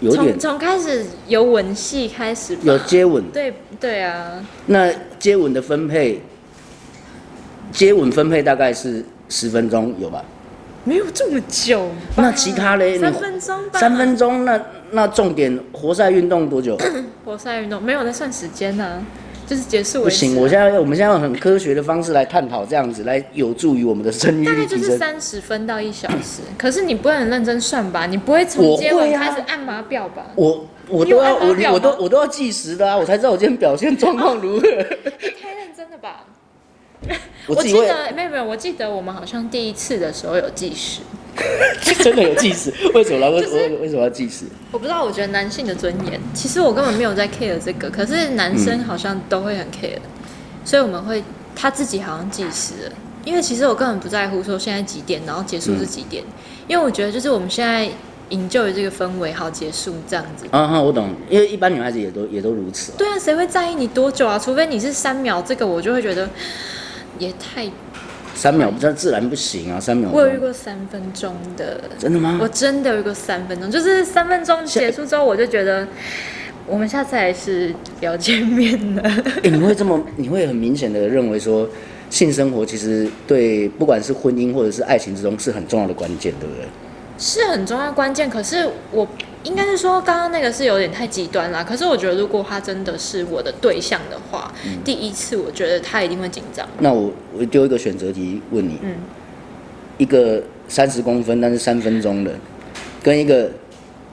Speaker 2: 有点
Speaker 1: 从从开始有吻戏开始吧，
Speaker 2: 有接吻，
Speaker 1: 对对啊，
Speaker 2: 那接吻的分配，接吻分配大概是十分钟有吧？
Speaker 1: 没有这么久吧。
Speaker 2: 那其他嘞你
Speaker 1: 三分啊钟吧。
Speaker 2: 三分钟，那那重点活塞运动多久？
Speaker 1: 活塞运动没有在算时间呐、就是结束
Speaker 2: 不
Speaker 1: 为止啊。
Speaker 2: 行，我现在我们现在用很科学的方式来探讨，这样子来有助于我们的生育
Speaker 1: 大
Speaker 2: 率
Speaker 1: 概就
Speaker 2: 提
Speaker 1: 是
Speaker 2: 升。
Speaker 1: 三十分到一小时，可是你不会很认真算吧？你不会从
Speaker 2: 我
Speaker 1: 接
Speaker 2: 会
Speaker 1: 吻
Speaker 2: 啊
Speaker 1: 开始按码表吧？
Speaker 2: 我我
Speaker 1: 你有
Speaker 2: 都要
Speaker 1: 按
Speaker 2: 我
Speaker 1: 码表
Speaker 2: 我都
Speaker 1: 吗
Speaker 2: 我都要计时的啊，我才知道我今天表现状况 如何。
Speaker 1: 你太认真了吧？
Speaker 2: 我自
Speaker 1: 记
Speaker 2: 己会
Speaker 1: 得没有没有，我记得我们好像第一次的时候有计时，
Speaker 2: 真的有计时，为什么呢？为
Speaker 1: 就是
Speaker 2: 为为什么要计时？
Speaker 1: 我不知道，我觉得男性的尊严，其实我根本没有在 care 这个，可是男生好像都会很 care，、所以我们会他自己好像计时了，因为其实我根本不在乎说现在几点，然后结束是几点，因为我觉得就是我们现在营救的这个氛围好结束这样子。
Speaker 2: 啊哈，我懂，因为一般女孩子也都也都如此啊。
Speaker 1: 对啊，谁会在意你多久啊？除非你是三秒，这个我就会觉得也太。
Speaker 2: 三秒不知道自然不行啊，三秒。
Speaker 1: 我有遇过三分钟的，
Speaker 2: 真的吗
Speaker 1: 我？真的有遇过三分钟，就是三分钟结束之后，我就觉得我们下次还是不要见面了。
Speaker 2: 哎，你会这么，你会很明显的认为说，性生活其实对不管是婚姻或者是爱情之中是很重要的关键，对不对？
Speaker 1: 是很重要关键，可是我应该是说刚刚那个是有点太极端啦。可是我觉得如果他真的是我的对象的话，
Speaker 2: 嗯
Speaker 1: 第一次我觉得他一定会紧张。
Speaker 2: 那我我丢一个选择题问你，
Speaker 1: 嗯
Speaker 2: 一个三十公分但是三分钟的，跟一个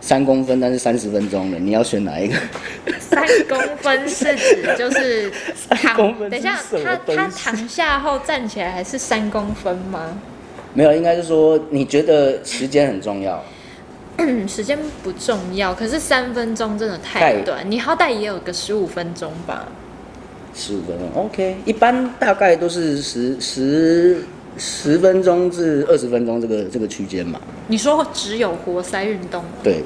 Speaker 2: 三公分，但是三十分钟的，你要选哪一个？
Speaker 1: 三公分是指就是躺，
Speaker 2: 公分
Speaker 1: 等一下
Speaker 2: 是什，么
Speaker 1: 他
Speaker 2: 东
Speaker 1: 他
Speaker 2: 西
Speaker 1: 躺下后站起来还是三公分吗？
Speaker 2: 没有，应该是说你觉得时间很重要。
Speaker 1: 嗯，时间不重要，可是三分钟真的太
Speaker 2: 太
Speaker 1: 短，你好歹也有个十五分钟吧。
Speaker 2: 十五分钟，OK，一般大概都是十十十分钟至二十分钟这个这个区间嘛。
Speaker 1: 你说只有活塞运动吗，
Speaker 2: 对，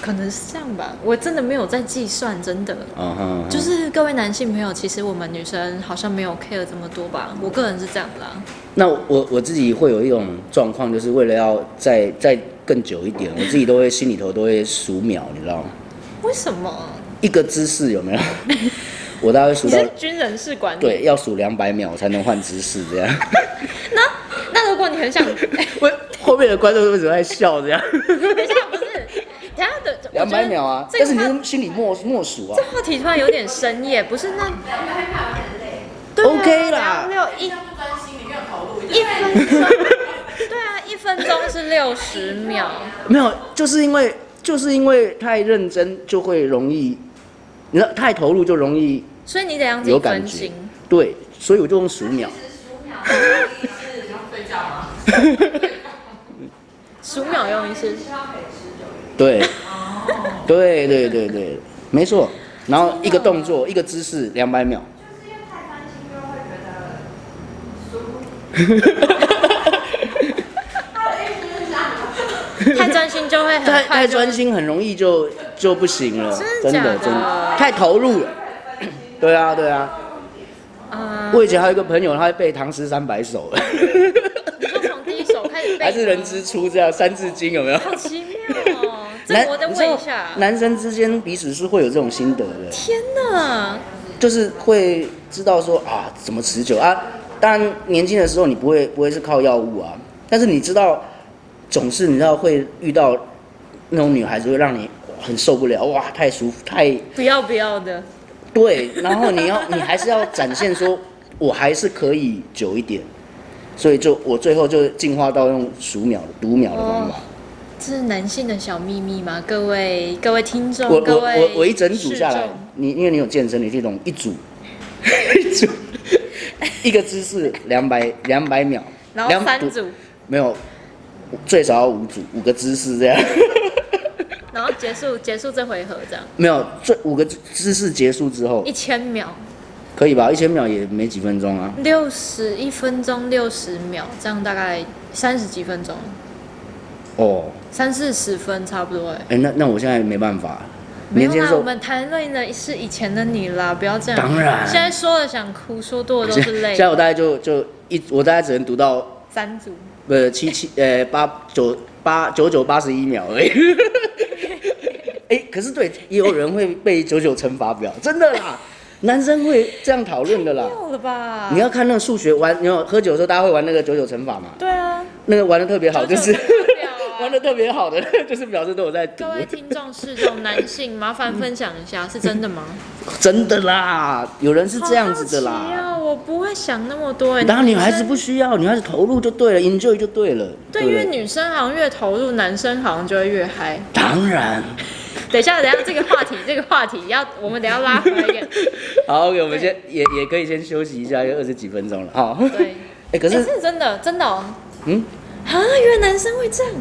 Speaker 1: 可能是这样吧，我真的没有在计算，真的。
Speaker 2: 嗯哼，
Speaker 1: 就
Speaker 2: 嗯
Speaker 1: 是各位男性朋友，其实我们女生好像没有 care 这么多吧，我个人是这样啦。
Speaker 2: 那我我自己会有一种状况，就是为了要再再更久一点，我自己都会心里头都会数秒，你知道吗？
Speaker 1: 为什么？
Speaker 2: 一个姿势有没 有？我大概会数
Speaker 1: 你
Speaker 2: 到
Speaker 1: 是军人士管理？
Speaker 2: 对，要数两百秒我才能换姿势这样。
Speaker 1: 那如果你很想，
Speaker 2: 我后面的观众为什么在笑这样？
Speaker 1: 等一下不是，等一下的
Speaker 2: 两百秒啊，
Speaker 1: 这个
Speaker 2: 但是你
Speaker 1: 话
Speaker 2: 是心里默默数啊
Speaker 1: 这。话题突然有点深夜，不是那
Speaker 3: 两百秒很累，
Speaker 1: 对啊
Speaker 2: OK 啦
Speaker 1: 六
Speaker 3: 比
Speaker 1: 一
Speaker 3: 较不专心，你没有投入一
Speaker 1: 一
Speaker 3: 点。
Speaker 1: 分钟， 对啊，一分钟是六十秒，
Speaker 2: 没有，就是因为就是因为太认真就会容易，你知道太投入就容易
Speaker 1: 所以你得让自己
Speaker 2: 有感
Speaker 1: 分
Speaker 2: 觉
Speaker 1: 心。。
Speaker 2: 对，所以我就用数秒。
Speaker 3: 十五秒，是你要睡觉吗？
Speaker 1: 十五秒用一 次，
Speaker 3: 希望可以持久一点。
Speaker 2: 对，对对对对，没错。然后一个动作，一个姿势，两百秒。
Speaker 3: 就是因为太专心，就会觉得舒服。他的意思是这样吗？
Speaker 1: 太专心就会很
Speaker 2: 太
Speaker 1: 快
Speaker 2: 太
Speaker 1: 就
Speaker 2: 专。心很容易就就不行了，
Speaker 1: 真的
Speaker 2: 真
Speaker 1: 假的
Speaker 2: 真的太投入了。对啊对啊，
Speaker 1: 啊、
Speaker 2: 我以前还有一个朋友，他背唐诗三百首了，
Speaker 1: 你就从第一首开始背，
Speaker 2: 还是人之初这样，《三字经》有没有？
Speaker 1: 好奇妙 哦。这个我得
Speaker 2: 你知道
Speaker 1: 问一下。
Speaker 2: 男生之间彼此是会有这种心得的。
Speaker 1: 天哪，
Speaker 2: 就是会知道说啊，怎么持久啊。当然，年轻的时候你不会不会是靠药物啊，但是你知道，总是你知道会遇到那种女孩子会让你很受不了，哇，太舒服，太
Speaker 1: 不要不要的，
Speaker 2: 对，然后你要 你还是要展现说，我还是可以久一点，所以就我最后就进化到用数秒的读秒的方法。
Speaker 1: 这是男性的小秘密吗？各位各位听 众，
Speaker 2: 我
Speaker 1: 各
Speaker 2: 我
Speaker 1: 位
Speaker 2: 我我一整组下
Speaker 1: 视
Speaker 2: 来
Speaker 1: 众，
Speaker 2: 你因为你有健身，你这种 一组一组一个姿势两百两百秒，
Speaker 1: 然
Speaker 2: 两
Speaker 1: 后三
Speaker 2: 不
Speaker 1: 组，
Speaker 2: 没有，最少要五组五个姿势这样，
Speaker 1: 然后结束 结束这回合，这样
Speaker 2: 没有最五个姿势结束之后
Speaker 1: 一千秒，
Speaker 2: 可以吧？一千秒也没几分钟啊，
Speaker 1: 六十一分钟六十秒，这样大概三十几分钟，
Speaker 2: 哦，
Speaker 1: 三四十分差不多哎。
Speaker 2: 哎、那那我现在没办法，
Speaker 1: 没有
Speaker 2: 年轻的
Speaker 1: 啦，
Speaker 2: 时
Speaker 1: 我
Speaker 2: 候
Speaker 1: 们谈论的是以前的你啦，不要这样。
Speaker 2: 当然
Speaker 1: 现在说了想哭，说多了都是泪
Speaker 2: 现。在我大概就就一我大概只能读到
Speaker 1: 三组，
Speaker 2: 呃七七呃八九八九九八十一秒而已。 哎、可是对，也有人会被九九乘法表，真的啦，男生会这样讨论的啦。
Speaker 1: 够了吧？
Speaker 2: 你要看那个数学玩，你有喝酒的时候大家会玩那个九九乘法嘛？
Speaker 1: 对啊，
Speaker 2: 那个玩的特别好，就是
Speaker 1: 九九乘法表啊
Speaker 2: 玩的特别好的，就是表示都有在读
Speaker 1: 各，位听众是这种男性，麻烦分享一下，是真的吗？
Speaker 2: 真的啦，有人是这样子的
Speaker 1: 好好奇
Speaker 2: 啦。
Speaker 1: 啊，我不会想那么多哎。
Speaker 2: 当然女孩子
Speaker 1: 生
Speaker 2: 不需要，女孩子投入就对了，enjoy 就对了，
Speaker 1: 对，
Speaker 2: 不
Speaker 1: 因为女生好像越投入，男生好像就会越嗨。
Speaker 2: 当然。
Speaker 1: 等一下，等一下，这个话题，这个话题要我们等一下拉回来一点。
Speaker 2: 好，OK，我们先也也可以先休息一下，因为二十几分钟了。好， 哎、
Speaker 1: 对，
Speaker 2: 可
Speaker 1: 哎
Speaker 2: 是
Speaker 1: 是真的，真的哦。
Speaker 2: 嗯。
Speaker 1: 啊，原来男生会这样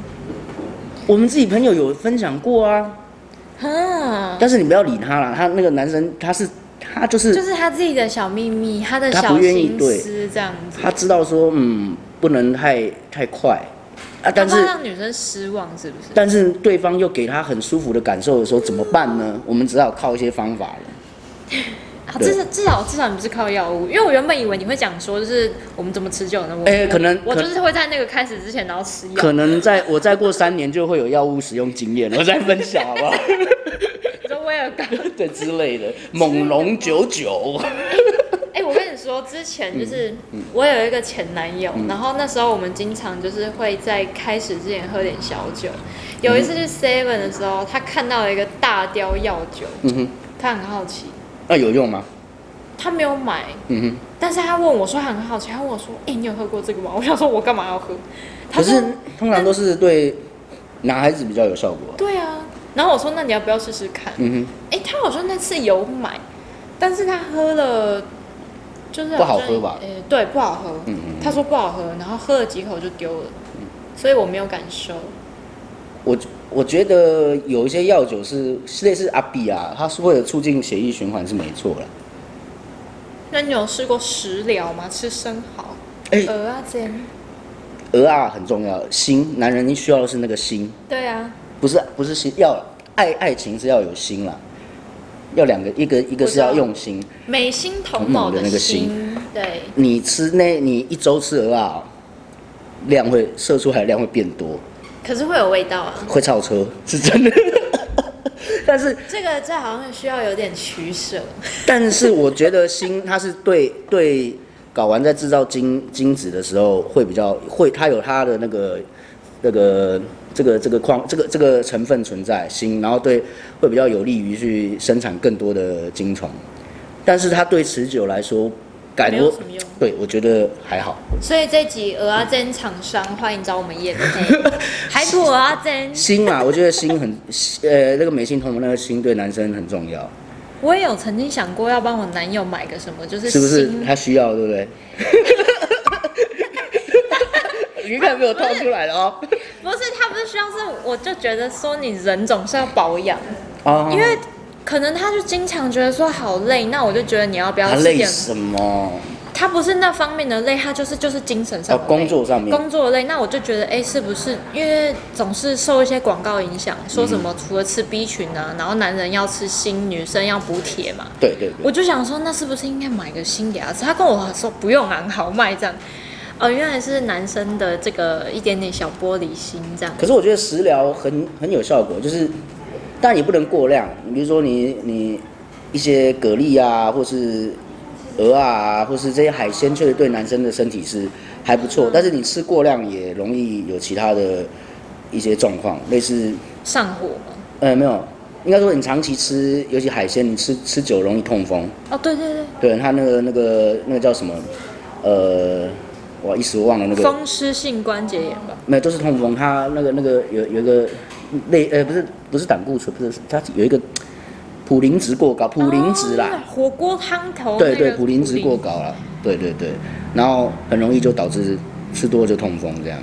Speaker 2: 我们自己朋友有分享过啊，
Speaker 1: 啊，
Speaker 2: 但是你不要理他啦，他那个男生他是他就是、
Speaker 1: 就是他自己的小秘密，他的
Speaker 2: 他
Speaker 1: 小
Speaker 2: 不愿意
Speaker 1: 心
Speaker 2: 对
Speaker 1: 思这样子，
Speaker 2: 他知道说嗯不能太太快啊，但
Speaker 1: 他怕
Speaker 2: 是
Speaker 1: 让女生失望是不是？
Speaker 2: 但是对方又给他很舒服的感受的时候怎么办呢？我们只好靠一些方法了。
Speaker 1: 啊，
Speaker 2: 对
Speaker 1: 至少至少至少你不是靠药物，因为我原本以为你会讲说就是我们怎么持久呢？我
Speaker 2: 哎可能
Speaker 1: 我
Speaker 2: 可
Speaker 1: 就是会在那个开始之前然后吃药
Speaker 2: 可，能在我再过三年就会有药物使用经验了，我再分享好不 好？
Speaker 1: 你说威尔 刚。
Speaker 2: 对之 类的，猛龙九九，
Speaker 1: 哎、我跟你说，之前就是
Speaker 2: 嗯
Speaker 1: 我有一个前男友，然后那时候我们经常就是会在开始之前喝点小酒。有一次去 Seven 的时候，他看到了一个大雕药酒，
Speaker 2: 嗯哼，
Speaker 1: 他很好奇，
Speaker 2: 那、有用吗？
Speaker 1: 他没有买，
Speaker 2: 嗯
Speaker 1: 但是他问我说他很好奇，他问我说：“哎、你有喝过这个吗？”我想说，我干嘛要喝？
Speaker 2: 哼，
Speaker 1: 他
Speaker 2: 可
Speaker 1: 说
Speaker 2: 是通常都是对男孩子比较有效果啊。
Speaker 1: 对然后我说那你要不要试试看？
Speaker 2: 嗯
Speaker 1: 哎、他好像那次有买，但是他喝了，就是
Speaker 2: 不好
Speaker 1: 像
Speaker 2: 喝吧
Speaker 1: 呃、对，不好喝。
Speaker 2: 嗯嗯
Speaker 1: 他说不好喝，然后喝了几口就丢了，所以我没有敢收。
Speaker 2: 哼，我我觉得有一些药酒是是类似阿比啊，它是为了促进血液循环是没错啦。
Speaker 1: 那你有试过食疗吗？吃生蚝、
Speaker 2: 哎
Speaker 1: 鹅啊煎？
Speaker 2: 鹅啊很重要，心，男人需要的是那个心，
Speaker 1: 对啊，
Speaker 2: 不是不是心，要爱爱情是要有心啦，要两个，一个一个是要用心。
Speaker 1: 美心同某
Speaker 2: 同某的那个
Speaker 1: 心，对，
Speaker 2: 你吃那，你一周吃鹅啊，量会射出来的量会变多，
Speaker 1: 可是会有味道啊。
Speaker 2: 会超车是真的。 但是
Speaker 1: 这个这好像需要有点取舍。
Speaker 2: 但是我觉得锌它是对对睾丸在制造精精子的时候会比较会，它有它的那个那个这个这个矿这个这个成分存在锌，然后对会比较有利于去生产更多的精虫，但是它对持久来说，感
Speaker 1: 没有
Speaker 2: 觉
Speaker 1: 什么用
Speaker 2: 对我觉得还好。
Speaker 1: 所以这集鹅啊煎厂商欢迎找我们叶 配，海普鹅啊煎，
Speaker 2: 锌嘛，我觉得锌很呃那个美心同盟那个锌对男生很重要，
Speaker 1: 我也有曾经想过要帮我男友买个什么，就是
Speaker 2: 是不是
Speaker 1: 新？
Speaker 2: 他需要对不对？ 你看被我套出来了哦。
Speaker 1: 不是他不是需要，是我就觉得说你人总是要保养，
Speaker 2: 啊，
Speaker 1: 因为可能他就经常觉得说好累，那我就觉得你要不要
Speaker 2: 他
Speaker 1: 吃
Speaker 2: 累
Speaker 1: 点？
Speaker 2: 什么？
Speaker 1: 他不是那方面的累，他就是就是精神上的
Speaker 2: 哦
Speaker 1: 累
Speaker 2: 工作上面
Speaker 1: 工作累。那我就觉得哎、是不是因为总是受一些广告影响，说什
Speaker 2: 嗯
Speaker 1: 么除了吃 B 群啊，然后男人要吃锌，女生要补铁嘛。
Speaker 2: 对对
Speaker 1: 我
Speaker 2: 对，
Speaker 1: 就想说，那是不是应该买个新给他吃？他跟我说不用啊，很好卖这样。哦，原来是男生的这个一点点小玻璃心这样。
Speaker 2: 可是我觉得食疗很很有效果，就是，但你不能过量。你比如说你你一些蛤蜊啊，或是鹅啊，或是这些海鲜，确实对男生的身体是还不
Speaker 1: 嗯
Speaker 2: 错。但是你吃过量也容易有其他的一些状况，类似
Speaker 1: 上火嘛？
Speaker 2: 呃没有，应该说你长期吃，尤其海鲜，你吃吃久容易痛风。
Speaker 1: 哦，对对
Speaker 2: 对他那个那个那个叫什么，呃，我一时忘了那
Speaker 1: 对，
Speaker 2: 个。
Speaker 1: 风湿性关节炎吧？
Speaker 2: 没有，就是痛风，它那个那个有有一个类呃，不是不是胆固醇，不是它有一个普林值过高，普林值啦，
Speaker 1: 哦火锅汤头
Speaker 2: 对
Speaker 1: 那个
Speaker 2: 对，普林值过高啦，对对对，然后很容易就导致吃多就痛风这样。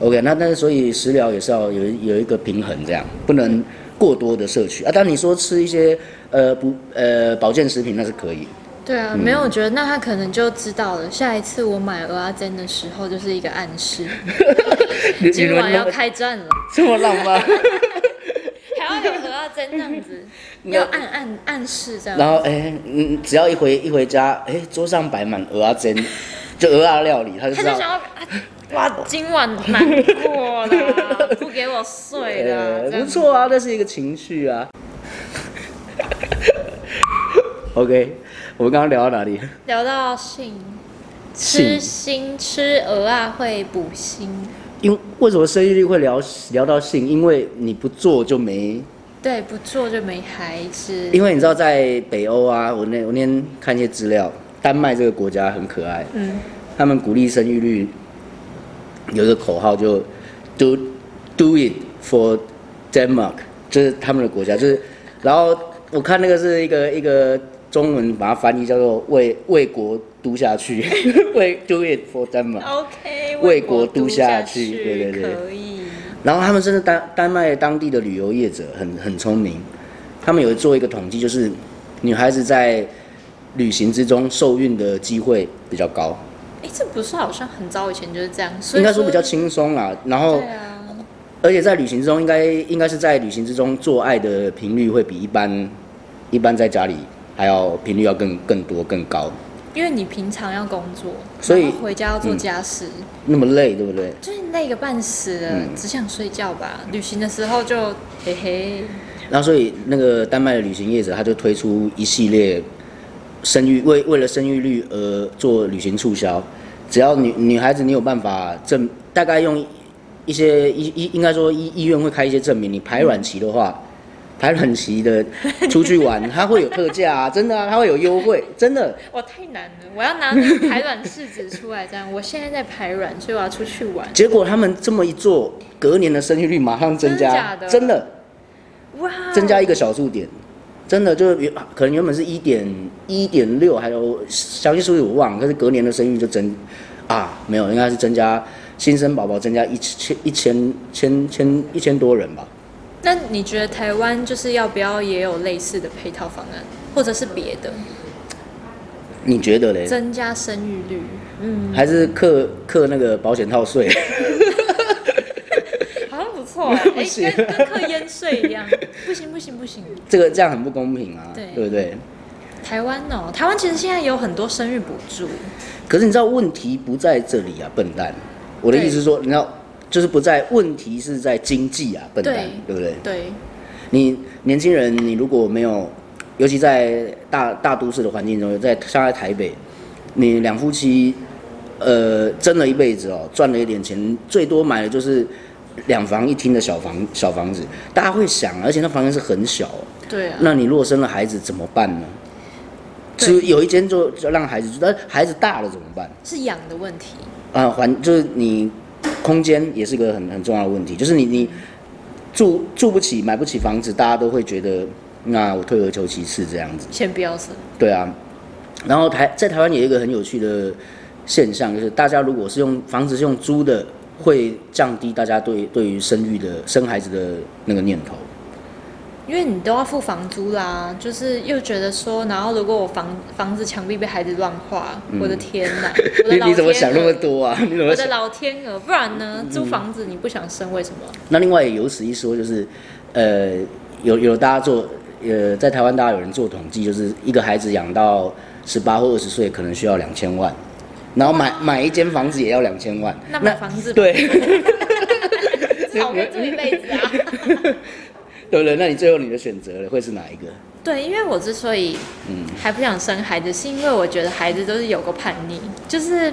Speaker 2: OK，那但是所以食疗也是要有一有一个平衡，这样不能过多的摄取啊。当然你说吃一些呃不呃保健食品那是可以，
Speaker 1: 对
Speaker 2: 嗯
Speaker 1: 啊，没有，我觉得那他可能就知道了。下一次我买鹅阿珍的时候，就是一个暗 示，
Speaker 2: 你你
Speaker 1: 今
Speaker 2: 们
Speaker 1: 晚
Speaker 2: 那
Speaker 1: 啊要
Speaker 2: 么
Speaker 1: 开战了，
Speaker 2: 这么浪漫。
Speaker 1: 还要有鹅阿珍这样 子，
Speaker 2: 那
Speaker 1: 要暗暗暗示这样。
Speaker 2: 然后哎，嗯，只要一回一回家，哎，桌上摆满鹅啊煎，就鹅啊料理，他就
Speaker 1: 他
Speaker 2: 知
Speaker 1: 就
Speaker 2: 道
Speaker 1: 想。要，啊哇，今晚难过了， 不给我睡了，这
Speaker 2: 不
Speaker 1: 样
Speaker 2: 错啊，那是一个情绪啊。OK，我们刚刚聊到哪里？
Speaker 1: 聊到性，
Speaker 2: 性
Speaker 1: 吃心吃鹅啊会补心，
Speaker 2: 因为什么生育率会聊聊到性？因为你不做就没，
Speaker 1: 对，不做就没孩子。
Speaker 2: 因为你知道在北欧啊，我那我那天看一些资料，丹麦这个国家很可爱，
Speaker 1: 嗯，
Speaker 2: 他们鼓励生育率有一个口号就 do do it for Denmark，就是他们的国家，就是然后我看那个是一个一个中文把它翻译叫做为为国督下去， 为 do it for Denmark。
Speaker 1: OK，
Speaker 2: 嗯为国
Speaker 1: 督
Speaker 2: 度下去对对对
Speaker 1: 可以。
Speaker 2: 然后他们真的丹丹麦当地的旅游业者很很聪明，他们有做一个统计，就是女孩子在旅行之中受孕的机会比较高，
Speaker 1: 哎，这不是好像很早以前就是这样，所以
Speaker 2: 应该说比较轻哦松啦。然后
Speaker 1: 对啊，
Speaker 2: 而且在旅行之中，应该应该是在旅行之中做爱的频率会比一般一般在家里还要频率要更更多更高，
Speaker 1: 因为你平常要工作，
Speaker 2: 所以
Speaker 1: 然后回家要做
Speaker 2: 嗯
Speaker 1: 家事，
Speaker 2: 那么累，对不对？
Speaker 1: 就是累个半死了，
Speaker 2: 嗯
Speaker 1: 只想睡觉吧。旅行的时候就嘿嘿。
Speaker 2: 然后所以那个丹麦的旅行业者他就推出一系列生育为为了生育率而做旅行促销，只要女女孩子你有办法证，大概用一些医医应该说医医院会开一些证明，你排卵期的话。排卵期的出去玩，它会有特价啊，真的啊，它会有优惠，真的。
Speaker 1: 我太难了，我要拿那个排卵试纸出来，这样。我现在在排卵，所以我要出去玩。
Speaker 2: 结果他们这么一做，隔年的生育率马上增加，
Speaker 1: 真的假的嗯
Speaker 2: 真的
Speaker 1: 哇，
Speaker 2: 增加一个小数点，真的就是原可能原本是一点一点六，还有详细数字我忘了，但是隔年的生育就增啊，没有，应该是增加新生宝宝增加一千一千千千一千多人吧。
Speaker 1: 那你觉得台湾就是要不要也有类似的配套方案，或者是别的
Speaker 2: 你觉得嘞？
Speaker 1: 增加生育率？嗯，
Speaker 2: 还是克克那个保险套税？
Speaker 1: 好像不 错、欸，哎、
Speaker 2: 行
Speaker 1: 跟跟课烟税一样， 不行不行不行。
Speaker 2: 这个这样很不公平啊，
Speaker 1: 对
Speaker 2: 不对？
Speaker 1: 台湾哦、台湾其实现在有很多生育补助，
Speaker 2: 可是你知道问题不在这里啊，笨蛋！我的
Speaker 1: 对
Speaker 2: 意思是说，你知道，就是不在问题是在经济啊，笨蛋，
Speaker 1: 对
Speaker 2: 对不对？
Speaker 1: 对，
Speaker 2: 你年轻人，你如果没有，尤其在大大都市的环境中，在像在台北，你两夫妻，呃，争了一辈子哦，赚了一点钱，最多买的就是两房一厅的小房小房子，大家会想，而且那房间是很小、哦，
Speaker 1: 对啊，
Speaker 2: 那你如果生了孩子怎么办呢？
Speaker 1: 对
Speaker 2: 就有一间就就让孩子住，但孩子大了怎么办？
Speaker 1: 是养的问题，
Speaker 2: 啊，环就是你空间也是一个很很重要的问题，就是你你住住不起、买不起房子，大家都会觉得那我退而求其次这样子，
Speaker 1: 先不要生。
Speaker 2: 对啊。然后台在台湾有一个很有趣的现象，就是大家如果是用房子是用租的，会降低大家对对于生育的生孩子的那个念头。
Speaker 1: 因为你都要付房租啦，就是又觉得说，然后如果我房房子墙壁被孩子乱画，我的天 哪！我的
Speaker 2: 嗯你
Speaker 1: 老
Speaker 2: 你怎么
Speaker 1: 天
Speaker 2: 想那
Speaker 1: 鹅
Speaker 2: 么多啊？你怎么
Speaker 1: 我的
Speaker 2: 想？
Speaker 1: 老天鹅，不然呢？租房子你不想生，为什么？
Speaker 2: 那另外有此一说，就是呃，有有大家做呃，在台湾大家有人做统计，就是一个孩子养到十八或二十岁，可能需要两千万，然后买买一间房子也要两千万。
Speaker 1: 那买房子吧
Speaker 2: 对
Speaker 1: 至少可以住一辈子啊。
Speaker 2: 对不对？那你最后你的选择了会是哪一个？
Speaker 1: 对，因为我之所以
Speaker 2: 嗯
Speaker 1: 还不想生孩子，是因为我觉得孩子都是有个叛逆，就是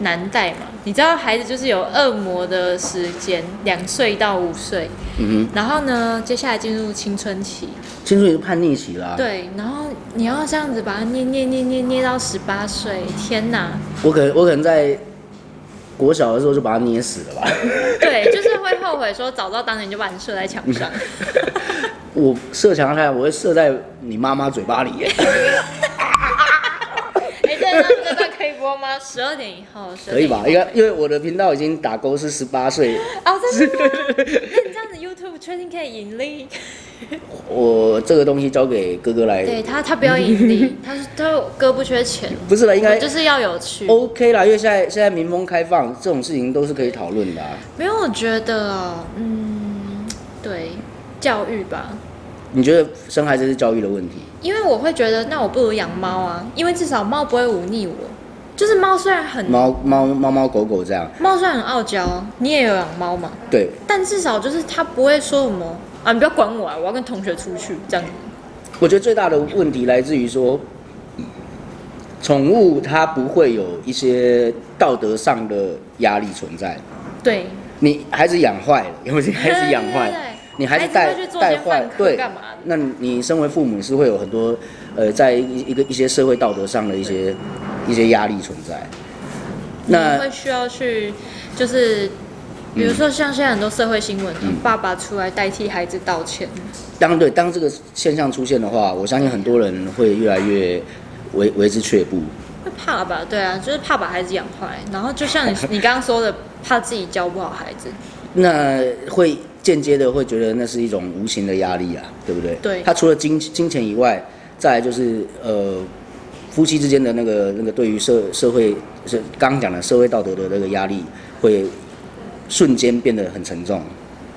Speaker 1: 难带嘛。你知道，孩子就是有恶魔的时间，两岁到五岁，
Speaker 2: 嗯
Speaker 1: 然后呢，接下来进入青春期，
Speaker 2: 哼，青春期是叛逆期啦、，
Speaker 1: 对，然后你要这样子把它捏捏捏捏捏到十八岁，天哪！
Speaker 2: 我可能我可能在国小的时候就把它捏死了吧。
Speaker 1: 对，就是会后悔说，早知道当年就把你射在墙 上。
Speaker 2: 我射墙上，我会射在你妈妈嘴巴里 耶。
Speaker 1: 哎、这段这段可以播吗？十二点以后，12
Speaker 2: 可以吧？
Speaker 1: 点
Speaker 2: 因
Speaker 1: 以后
Speaker 2: 为因为我的频道已经打勾是十八岁，
Speaker 1: 哦，真的吗？那你这样子 YouTube 确定可以盈利？
Speaker 2: 我这个东西交给哥哥来
Speaker 1: 对他，他不要盈利，他是他哥不缺钱，
Speaker 2: 不是啦，应
Speaker 1: 我
Speaker 2: 该哦
Speaker 1: 就是要有趣。
Speaker 2: OK 啦，因为现在现在民风开放，这种事情都是可以讨论的、啊。
Speaker 1: 没有，我觉得哦，嗯，对，教育吧，
Speaker 2: 你觉得生孩子是教育的问题？
Speaker 1: 因为我会觉得，那我不如养猫啊，因为至少猫不会忤逆我。就是猫虽然很
Speaker 2: 猫猫猫猫狗狗这样，
Speaker 1: 猫虽然很傲娇，你也有养猫嘛，
Speaker 2: 对，
Speaker 1: 但至少就是它不会说什么啊，你不要管我啊，我要跟同学出去这样。
Speaker 2: 我觉得最大的问题来自于说，宠物它不会有一些道德上的压力存在。
Speaker 1: 对，
Speaker 2: 你孩子养坏了，尤其孩子养坏
Speaker 1: 对对对，
Speaker 2: 你孩子
Speaker 1: 孩
Speaker 2: 带
Speaker 1: 子会去做
Speaker 2: 带
Speaker 1: 奸
Speaker 2: 坏
Speaker 1: 犯，科
Speaker 2: 对
Speaker 1: 干嘛的，
Speaker 2: 那你你身为父母是会有很多呃，在一一个一些社会道德上的一些一些压力存在。那
Speaker 1: 你会需要去，就是比如说像现在很多社会新闻，
Speaker 2: 嗯
Speaker 1: 爸爸出来代替孩子道歉，
Speaker 2: 当对当这个现象出现的话，我相信很多人会越来越为为之却步。
Speaker 1: 会怕吧？对啊，就是怕把孩子养坏。然后就 像你你刚刚说的，怕自己教不好孩子。
Speaker 2: 那会间接的会觉得那是一种无形的压力啊，对不对？
Speaker 1: 对
Speaker 2: 他除了金金钱以外，再来就是呃夫妻之间的那个那个对于社社会是刚刚讲的社会道德的那个压力，会瞬间变得很沉重。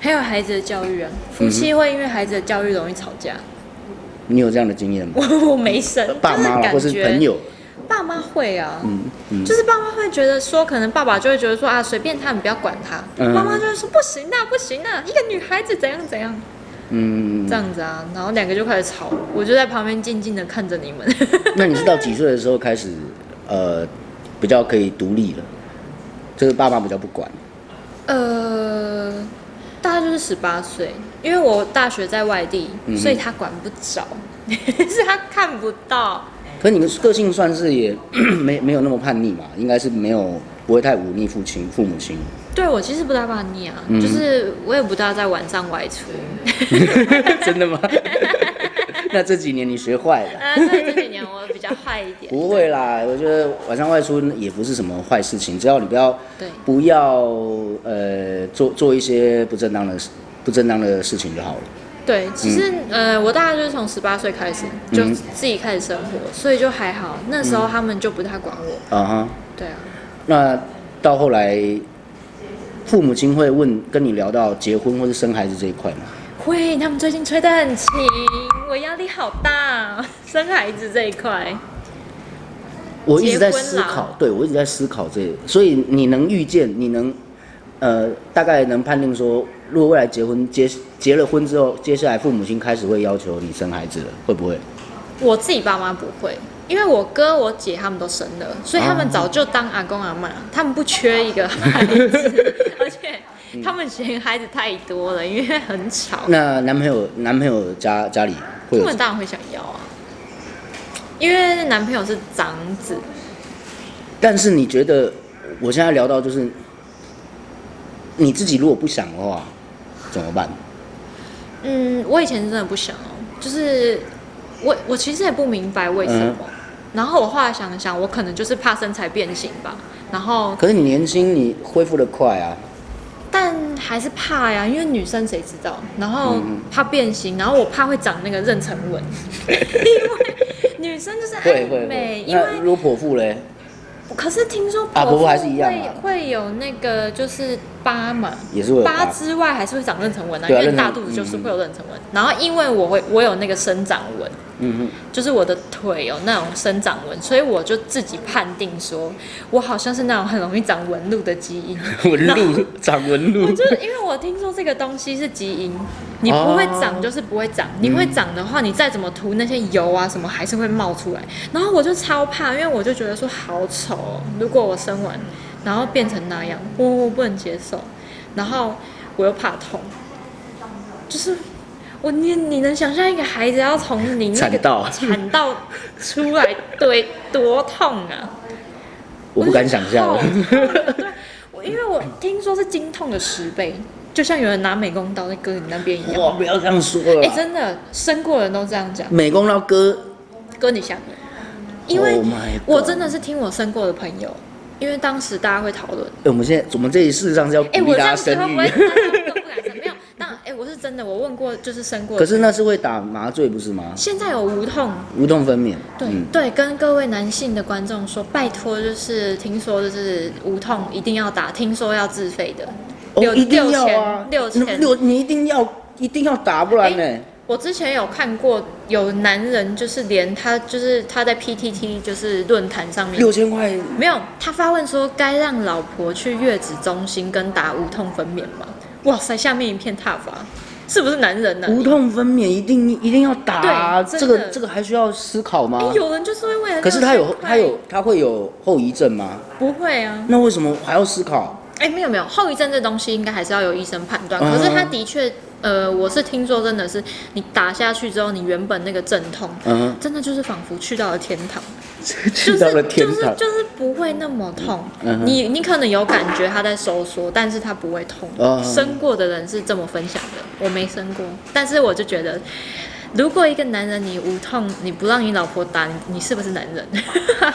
Speaker 1: 还有孩子的教育啊，夫
Speaker 2: 嗯
Speaker 1: 妻会因为孩子的教育容易吵架。
Speaker 2: 你有这样的经验吗？
Speaker 1: 我我没生，
Speaker 2: 爸妈啦，或
Speaker 1: 就是是感
Speaker 2: 朋
Speaker 1: 觉
Speaker 2: 友，
Speaker 1: 爸妈会啊，
Speaker 2: 嗯嗯，
Speaker 1: 就是爸妈会觉得说，可能爸爸就会觉得说啊，随便他，你不要管他。
Speaker 2: 嗯
Speaker 1: 妈妈就会说不行啊，不行啊，一个女孩子怎样怎样
Speaker 2: 嗯，
Speaker 1: 这样子啊，然后两个就开始吵，我就在旁边静静的看着你们。
Speaker 2: 那你是到几岁的时候开始，呃，比较可以独立了？就是爸妈比较不管，
Speaker 1: 呃，大概就是十八岁，因为我大学在外地，
Speaker 2: 嗯
Speaker 1: 所以他管不着， 是他看不到。
Speaker 2: 可你们个性 算是也没没有那么叛逆嘛，应该是没有不会太忤逆父亲父母亲。
Speaker 1: 对我其实不大怕腻啊，
Speaker 2: 嗯
Speaker 1: 就是我也不大在晚上外出。
Speaker 2: 真的吗？ 那这几年你学坏了。
Speaker 1: 啊，对这几年我比较坏一点。
Speaker 2: 不会啦，我觉得晚上外出也不是什么坏事情，只要你不要
Speaker 1: 对，
Speaker 2: 不要呃做做一些不正当的事不正当的事情就好了。
Speaker 1: 对，其实、呃，我大概就是从十八岁开始就自己开始生活，所以就还好。那时候他们就不太管我。
Speaker 2: 啊哈，
Speaker 1: 对啊，
Speaker 2: 那到后来，父母亲会问跟你聊到结婚或是生孩子这一块吗？
Speaker 1: 会，他们最近催得很勤，我压力好大， 生孩子这一块。
Speaker 2: 我一直在思
Speaker 1: 结婚
Speaker 2: 考
Speaker 1: 啦，
Speaker 2: 对我一直在思考这个，所以你能预见，你能呃大概能判定说，如果未来结婚结结了婚之后，接下来父母亲开始会要求你生孩子了，会不会？
Speaker 1: 我自己爸妈不会，因为我哥、我姐他们都生了，所以他们
Speaker 2: 哦
Speaker 1: 早就当阿公阿妈，他们不缺一个孩子，而且他们嫌孩子太多了，因为很吵，
Speaker 2: 那男朋友男朋友家家里
Speaker 1: 他
Speaker 2: 会有
Speaker 1: 们当然会想要啊。因为男朋友是长子，
Speaker 2: 但是你觉得，我现在聊到就是，你自己如果不想的话，怎么办？
Speaker 1: 嗯，我以前真的不想哦，就是我我其实也不明白为什么，
Speaker 2: 嗯
Speaker 1: 然后我后来想想，我可能就是怕身材变形吧，然后
Speaker 2: 可是你年轻，你恢复的 快啊，
Speaker 1: 但还是怕呀，因为女生谁知道？然后
Speaker 2: 嗯
Speaker 1: 怕变形，然后我怕会长那个妊娠 纹，因为女生就是爱
Speaker 2: 会会
Speaker 1: 美
Speaker 2: 会。，
Speaker 1: 因
Speaker 2: 那
Speaker 1: 为
Speaker 2: 如果剖腹嘞，
Speaker 1: 可是听说婆
Speaker 2: 啊婆
Speaker 1: 腹
Speaker 2: 婆还是一样啊
Speaker 1: 会会有那个就是疤嘛，
Speaker 2: 也是会有
Speaker 1: 疤
Speaker 2: 疤
Speaker 1: 之外还是会长妊娠纹啊，因
Speaker 2: 对啊
Speaker 1: 为
Speaker 2: 妊娠
Speaker 1: 大肚子就是会有妊娠纹。然后因为我会我有那个生长纹，
Speaker 2: 嗯哼，
Speaker 1: 就是我的腿有那种生长纹，所以我就自己判定说，我好像是那种很容易长纹路的基因。
Speaker 2: 纹路长纹
Speaker 1: 我
Speaker 2: 路，
Speaker 1: 哦就是因为我听说这个东西是基因，你不会长就是不会长，你会长的话，你再怎么涂那些油啊什么，还是会冒出来。然后我就超怕，因为我就觉得说好丑、哦，如果我生完然后变成那样，我我不能接受。然后我又怕痛，就是我你你能想象一个孩子要从你那个
Speaker 2: 产道
Speaker 1: 产道出来，对，多痛啊！
Speaker 2: 我不敢想象
Speaker 1: 我。 觉得好痛啊对，我因为我听说是经痛的十倍，就像有人拿美工刀在割你那边一样。
Speaker 2: 哇，不要这样说
Speaker 1: 哎、
Speaker 2: 了。
Speaker 1: 真的，生过的人都这样讲，
Speaker 2: 美工刀割，
Speaker 1: 割你下面。因为
Speaker 2: Oh my
Speaker 1: 我
Speaker 2: God
Speaker 1: 真的是听我生过的朋友，因为当时大家会讨论，
Speaker 2: 哎我们现在我们这一事实上是要鼓
Speaker 1: 哎、
Speaker 2: 励
Speaker 1: 我这
Speaker 2: 大家
Speaker 1: 样子会不
Speaker 2: 生育
Speaker 1: 会，大家都不敢生？没有，当然，哎、我是真的，我问过，就是生过的。
Speaker 2: 可是那是会打麻醉不是吗？
Speaker 1: 现在有无痛，
Speaker 2: 无痛分娩。嗯
Speaker 1: 对、对，跟各位男性的观众说，拜托，就是听说就是无痛一定要打，听说要自费的，
Speaker 2: 哦，
Speaker 1: 六
Speaker 2: 一定要啊，
Speaker 1: 六千六哎千
Speaker 2: 六你一定要一定要打，不然呢？
Speaker 1: 我之前有看过有男人，就是连他就是他在 PTT 就是论坛上面
Speaker 2: 六千块
Speaker 1: 没有他发问说该让老婆去月子中心跟打无痛分娩吗？哇塞，下面一片挞伐，是不是男人啊呢、
Speaker 2: 无痛分娩一定一定要打、啊，
Speaker 1: 对
Speaker 2: 这
Speaker 1: 真的
Speaker 2: 个这个还需要思考吗
Speaker 1: 诶？有人就是会为了
Speaker 2: 啊可是他
Speaker 1: 60
Speaker 2: 有
Speaker 1: 块
Speaker 2: 他有他会有后遗症吗？
Speaker 1: 不会啊？
Speaker 2: 那为什么还要思考？
Speaker 1: 哎、没有没有，后遗症这东西应该还是要由医生判断。
Speaker 2: 嗯
Speaker 1: 可是他的确，呃，我是听说真的是你打下去之后，你原本那个阵痛，
Speaker 2: 嗯，
Speaker 1: 真的就是仿佛去到了天堂。
Speaker 2: 去到了天堂
Speaker 1: 就是、就是、就是不会那么痛。
Speaker 2: 嗯哼
Speaker 1: 你你可能有感觉它在收缩，但是它不会痛。
Speaker 2: 嗯哼
Speaker 1: 生过的人是这么分享的，我没生过，但是我就觉得，如果一个男人你无痛，你不让你老婆打，你你是不是男人？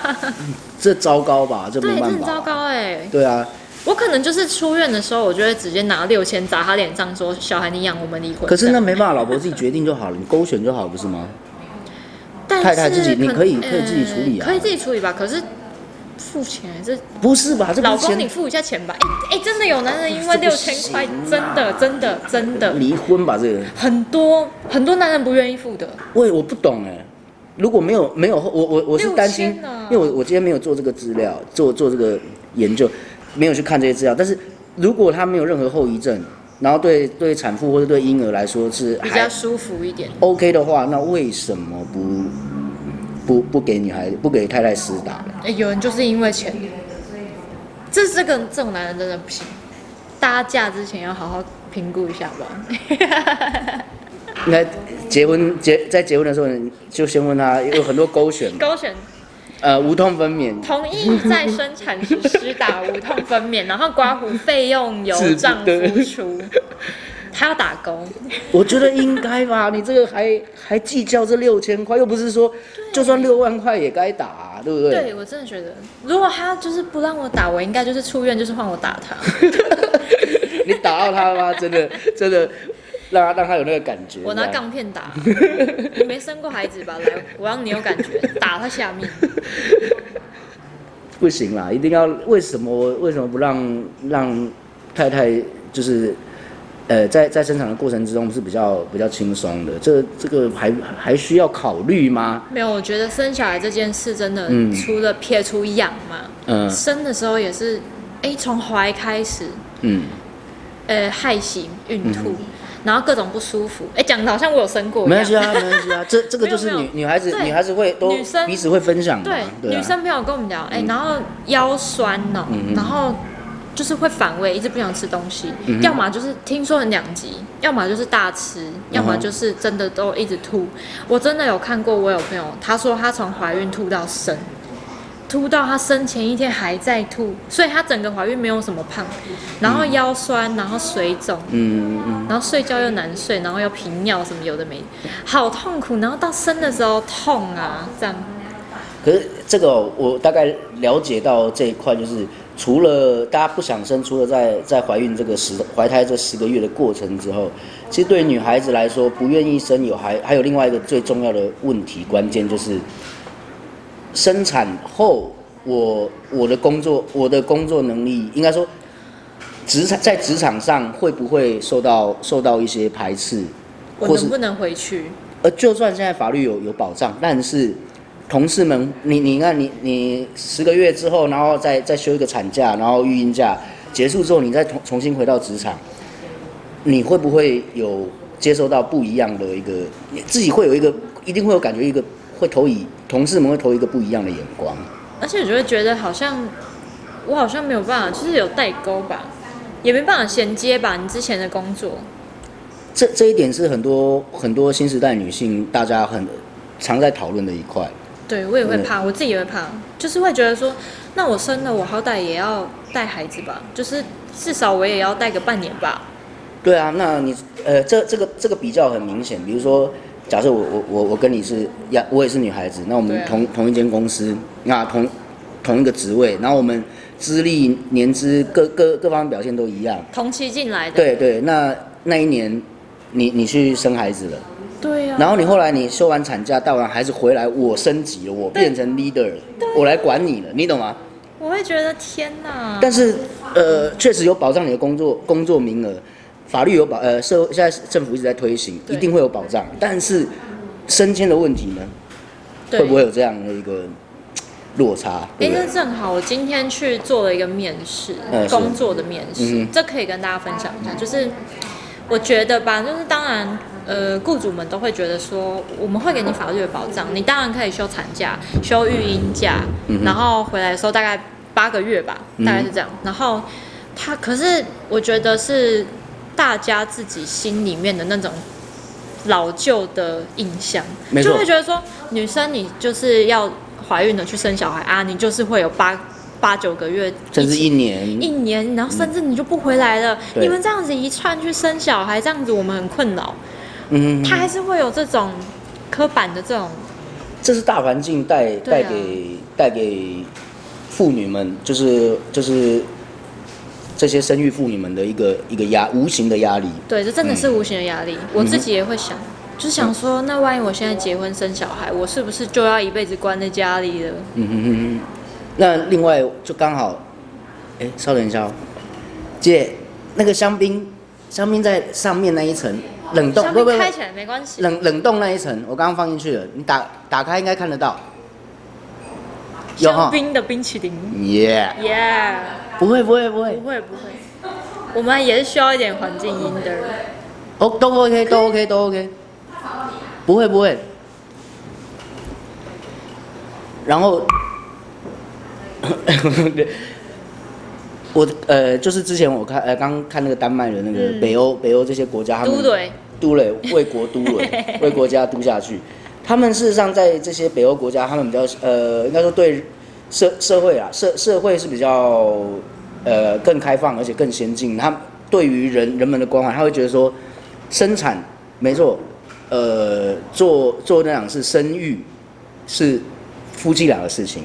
Speaker 2: 这糟糕吧？这
Speaker 1: 对，
Speaker 2: 没
Speaker 1: 这
Speaker 2: 办
Speaker 1: 很
Speaker 2: 法。
Speaker 1: 糟糕哎、
Speaker 2: 对啊，
Speaker 1: 我可能就是出院的时候，我就会直接拿六千砸他脸上说：“小孩，你养我们离婚。”
Speaker 2: 可是
Speaker 1: 这
Speaker 2: 那
Speaker 1: 样，
Speaker 2: 没办法，老婆自己决定就好了，你勾选就好，不是吗？
Speaker 1: 但是
Speaker 2: 太太自己
Speaker 1: 能
Speaker 2: 你
Speaker 1: 呃
Speaker 2: 可以可以自己处理啊
Speaker 1: 可以自己处理吧。可是付钱这
Speaker 2: 不是吧？这
Speaker 1: 老
Speaker 2: 不
Speaker 1: 公，
Speaker 2: 是
Speaker 1: 你
Speaker 2: 钱
Speaker 1: 付一下钱吧。哎、哎、真的有男人因为
Speaker 2: 这
Speaker 1: 六
Speaker 2: 不
Speaker 1: 千
Speaker 2: 行
Speaker 1: 块
Speaker 2: 啊，
Speaker 1: 真的真的真的
Speaker 2: 离婚吧？这个，
Speaker 1: 很多很多男人不愿意付的。
Speaker 2: 喂，我不懂哎。如果没有没有后，我我我是担心
Speaker 1: 6000呢，
Speaker 2: 因为我我今天没有做这个资料，做做这个研究，没有去看这些资料。但是如果他没有任何后遗症，然后对对产妇或者对婴儿来说是
Speaker 1: 比较
Speaker 2: 还
Speaker 1: 舒服一点，
Speaker 2: OK 的话，那为什么不不不给女孩不给太太施打呢？
Speaker 1: 哎、有人就是因为钱，这这个这种男人真的不行。大家嫁之前要好好评估一下吧。
Speaker 2: 应该结婚结在结婚的时候你就先问他有很多勾选嘛，
Speaker 1: 勾选，
Speaker 2: 呃，无痛分娩
Speaker 1: 同意在生产时施打无痛分娩，然后刮胡费用由丈夫出，他要打工。
Speaker 2: 我觉得应该吧，你这个还还计较这六千块，又不是说就算六万块也该打、啊，对不对？
Speaker 1: 对我真的觉得，如果他就是不让我打，我应该就是出院就是换我打 他。
Speaker 2: 你打到他吗？真的真的，让他让他有那个感觉。
Speaker 1: 我拿
Speaker 2: 这样
Speaker 1: 杠片打，你没生过孩子吧？来，我让你有感觉，打他下面。
Speaker 2: 不行啦，一定要为什么为什么不让让太太就是呃在在生产的过程之中是比较比较轻松的？这这个还还需要考虑吗？
Speaker 1: 没有，我觉得生小孩这件事真的，
Speaker 2: 嗯
Speaker 1: 除了撇除养嘛，
Speaker 2: 嗯
Speaker 1: 生的时候也是，哎，从怀开始，
Speaker 2: 嗯，
Speaker 1: 呃，害型、孕吐，然后各种不舒服，哎，讲的好像我有生过一
Speaker 2: 没
Speaker 1: 样
Speaker 2: 关。系啊，没关系啊，这这个就 是
Speaker 1: 没有没
Speaker 2: 女
Speaker 1: 有
Speaker 2: 女孩子
Speaker 1: 对
Speaker 2: 女孩子会都
Speaker 1: 女生
Speaker 2: 彼此会分享嘛，
Speaker 1: 对，
Speaker 2: 对啊
Speaker 1: 女生朋友跟我们聊，哎、然后腰酸哦、
Speaker 2: 嗯嗯
Speaker 1: 然后就是会反胃，一直不想吃东西，
Speaker 2: 嗯
Speaker 1: 要么就是听说很两极，要么就是大吃，要么就是真的都一直吐。我真的有看过，我有朋友她说她从怀孕吐到生。吐到她生前一天还在吐，所以她整个怀孕没有什么胖，然后腰酸，然后水肿，
Speaker 2: 嗯嗯
Speaker 1: 然后睡觉又难睡，然后又频尿什么有的没，好痛苦。然后到生的时候痛啊，这样
Speaker 2: 可是这个哦、我大概了解到这一块，就是除了大家不想生，除了在在怀孕这个十怀胎这十个月的过程之后，其实对于女孩子来说，不愿意生有还还有另外一个最重要的问题，关键就是生产后我我的工作我的工作能力，应该说职场在职场上会不会受到受到一些排斥，
Speaker 1: 我
Speaker 2: 或是
Speaker 1: 能不能回去？
Speaker 2: 呃，就算现在法律有有保障，但是同事们，你你看你你十个月之后，然后再再休一个产假，然后育婴假结束之后，你再重重新回到职场，你会不会有接受到不一样的一个，你自己会有一个一定会有感觉一个会投以同事们会投一个不一样的眼光，
Speaker 1: 而且我就会觉得好像我好像没有办法，就是有代沟吧，也没办法衔接吧。你之前的工作，
Speaker 2: 这这一点是很多很多新时代女性大家很常在讨论的一块。
Speaker 1: 对我也会
Speaker 2: 嗯
Speaker 1: 怕，我自己也会怕，就是会觉得说，那我生了，我好歹也要带孩子吧，就是至少我也要带个半年吧。
Speaker 2: 对啊，那你呃，这这个这个比较很明显，比如说，假设我我我我跟你是呀，我也是女孩子，那我们
Speaker 1: 对啊
Speaker 2: 同、同一间公司，那同同一个职位，然后我们资历、年资各各各方面表现都一样，
Speaker 1: 同期进来的，
Speaker 2: 对对，那那一年你你去生孩子了，
Speaker 1: 对呀、
Speaker 2: 然后你后来你休完产假带完孩子回来，我升级了，我变成 leader 了，
Speaker 1: 啊
Speaker 2: 我来管你了，你懂吗？
Speaker 1: 我会觉得天哪，
Speaker 2: 但是呃，确实有保障你的工作工作名额，法律有保呃社会现在政府一直在推行，
Speaker 1: 对
Speaker 2: 一定会有保障。但是升迁的问题呢，
Speaker 1: 对
Speaker 2: 会不会有这样的一个嘖落差？
Speaker 1: 哎、
Speaker 2: 对不对
Speaker 1: 那？正好，我今天去做了一个面试，
Speaker 2: 嗯是
Speaker 1: 工作的面试，
Speaker 2: 嗯
Speaker 1: 这可以跟大家分享一下。就是我觉得吧，就是当然，呃，雇主们都会觉得说，我们会给你法律的保障，你当然可以休产假、休育婴假，
Speaker 2: 嗯
Speaker 1: 然后回来的时候大概八个月吧，大概是这样。然后他，可是我觉得是大家自己心里面的那种老旧的印象，
Speaker 2: 没错
Speaker 1: 就会觉得说女生你就是要怀孕了去生小孩啊，你就是会有八八九个月，
Speaker 2: 甚至一
Speaker 1: 一
Speaker 2: 年，嗯
Speaker 1: 年，然后甚至你就不回来了。
Speaker 2: 对
Speaker 1: 你们这样子一串去生小孩，这样子我们很困扰。
Speaker 2: 嗯，
Speaker 1: 他还是会有这种刻板的这种，
Speaker 2: 这是大环境带
Speaker 1: 对啊
Speaker 2: 带给带给妇女们，就是就是这些生育妇女们的一个一个压无形的压力。
Speaker 1: 对，这真的是无形的压
Speaker 2: 嗯
Speaker 1: 力。我自己也会想，就是想说，那万一我现在结婚生小孩，我是不是就要一辈子关在家里了？
Speaker 2: 嗯哼哼哼，那另外就刚好，哎、稍等一下哦，姐，那个香槟，香槟在上面那一层冷冻，
Speaker 1: 香槟
Speaker 2: 不不不，
Speaker 1: 开起来没关系，
Speaker 2: 冷冷冻那一层，我刚刚放进去了，你打打开应该看得到，有
Speaker 1: 香
Speaker 2: 哈，
Speaker 1: 槟的冰淇淋，
Speaker 2: 耶、
Speaker 1: 耶、
Speaker 2: 不会不会不
Speaker 1: 不
Speaker 2: 会，
Speaker 1: 会不会，我们也是需要一点环境音的。
Speaker 2: 哦都 OK 都 OK 都 OK，不会不会，然后。 对我呃，就是之前我看呃，刚看那个丹麦的那个
Speaker 1: 嗯
Speaker 2: 北欧、北欧这些国家，他们
Speaker 1: 嘟对，
Speaker 2: 都嘞为国都嘞，为国家都下去。他们事实上在这些北欧国家，他们比较呃，应该说对社社会啊，社社会是比较呃更开放，而且更先进。他们对于人人们的关怀，他会觉得说，生产没错，呃，做做那两是生育是夫妻俩的事情，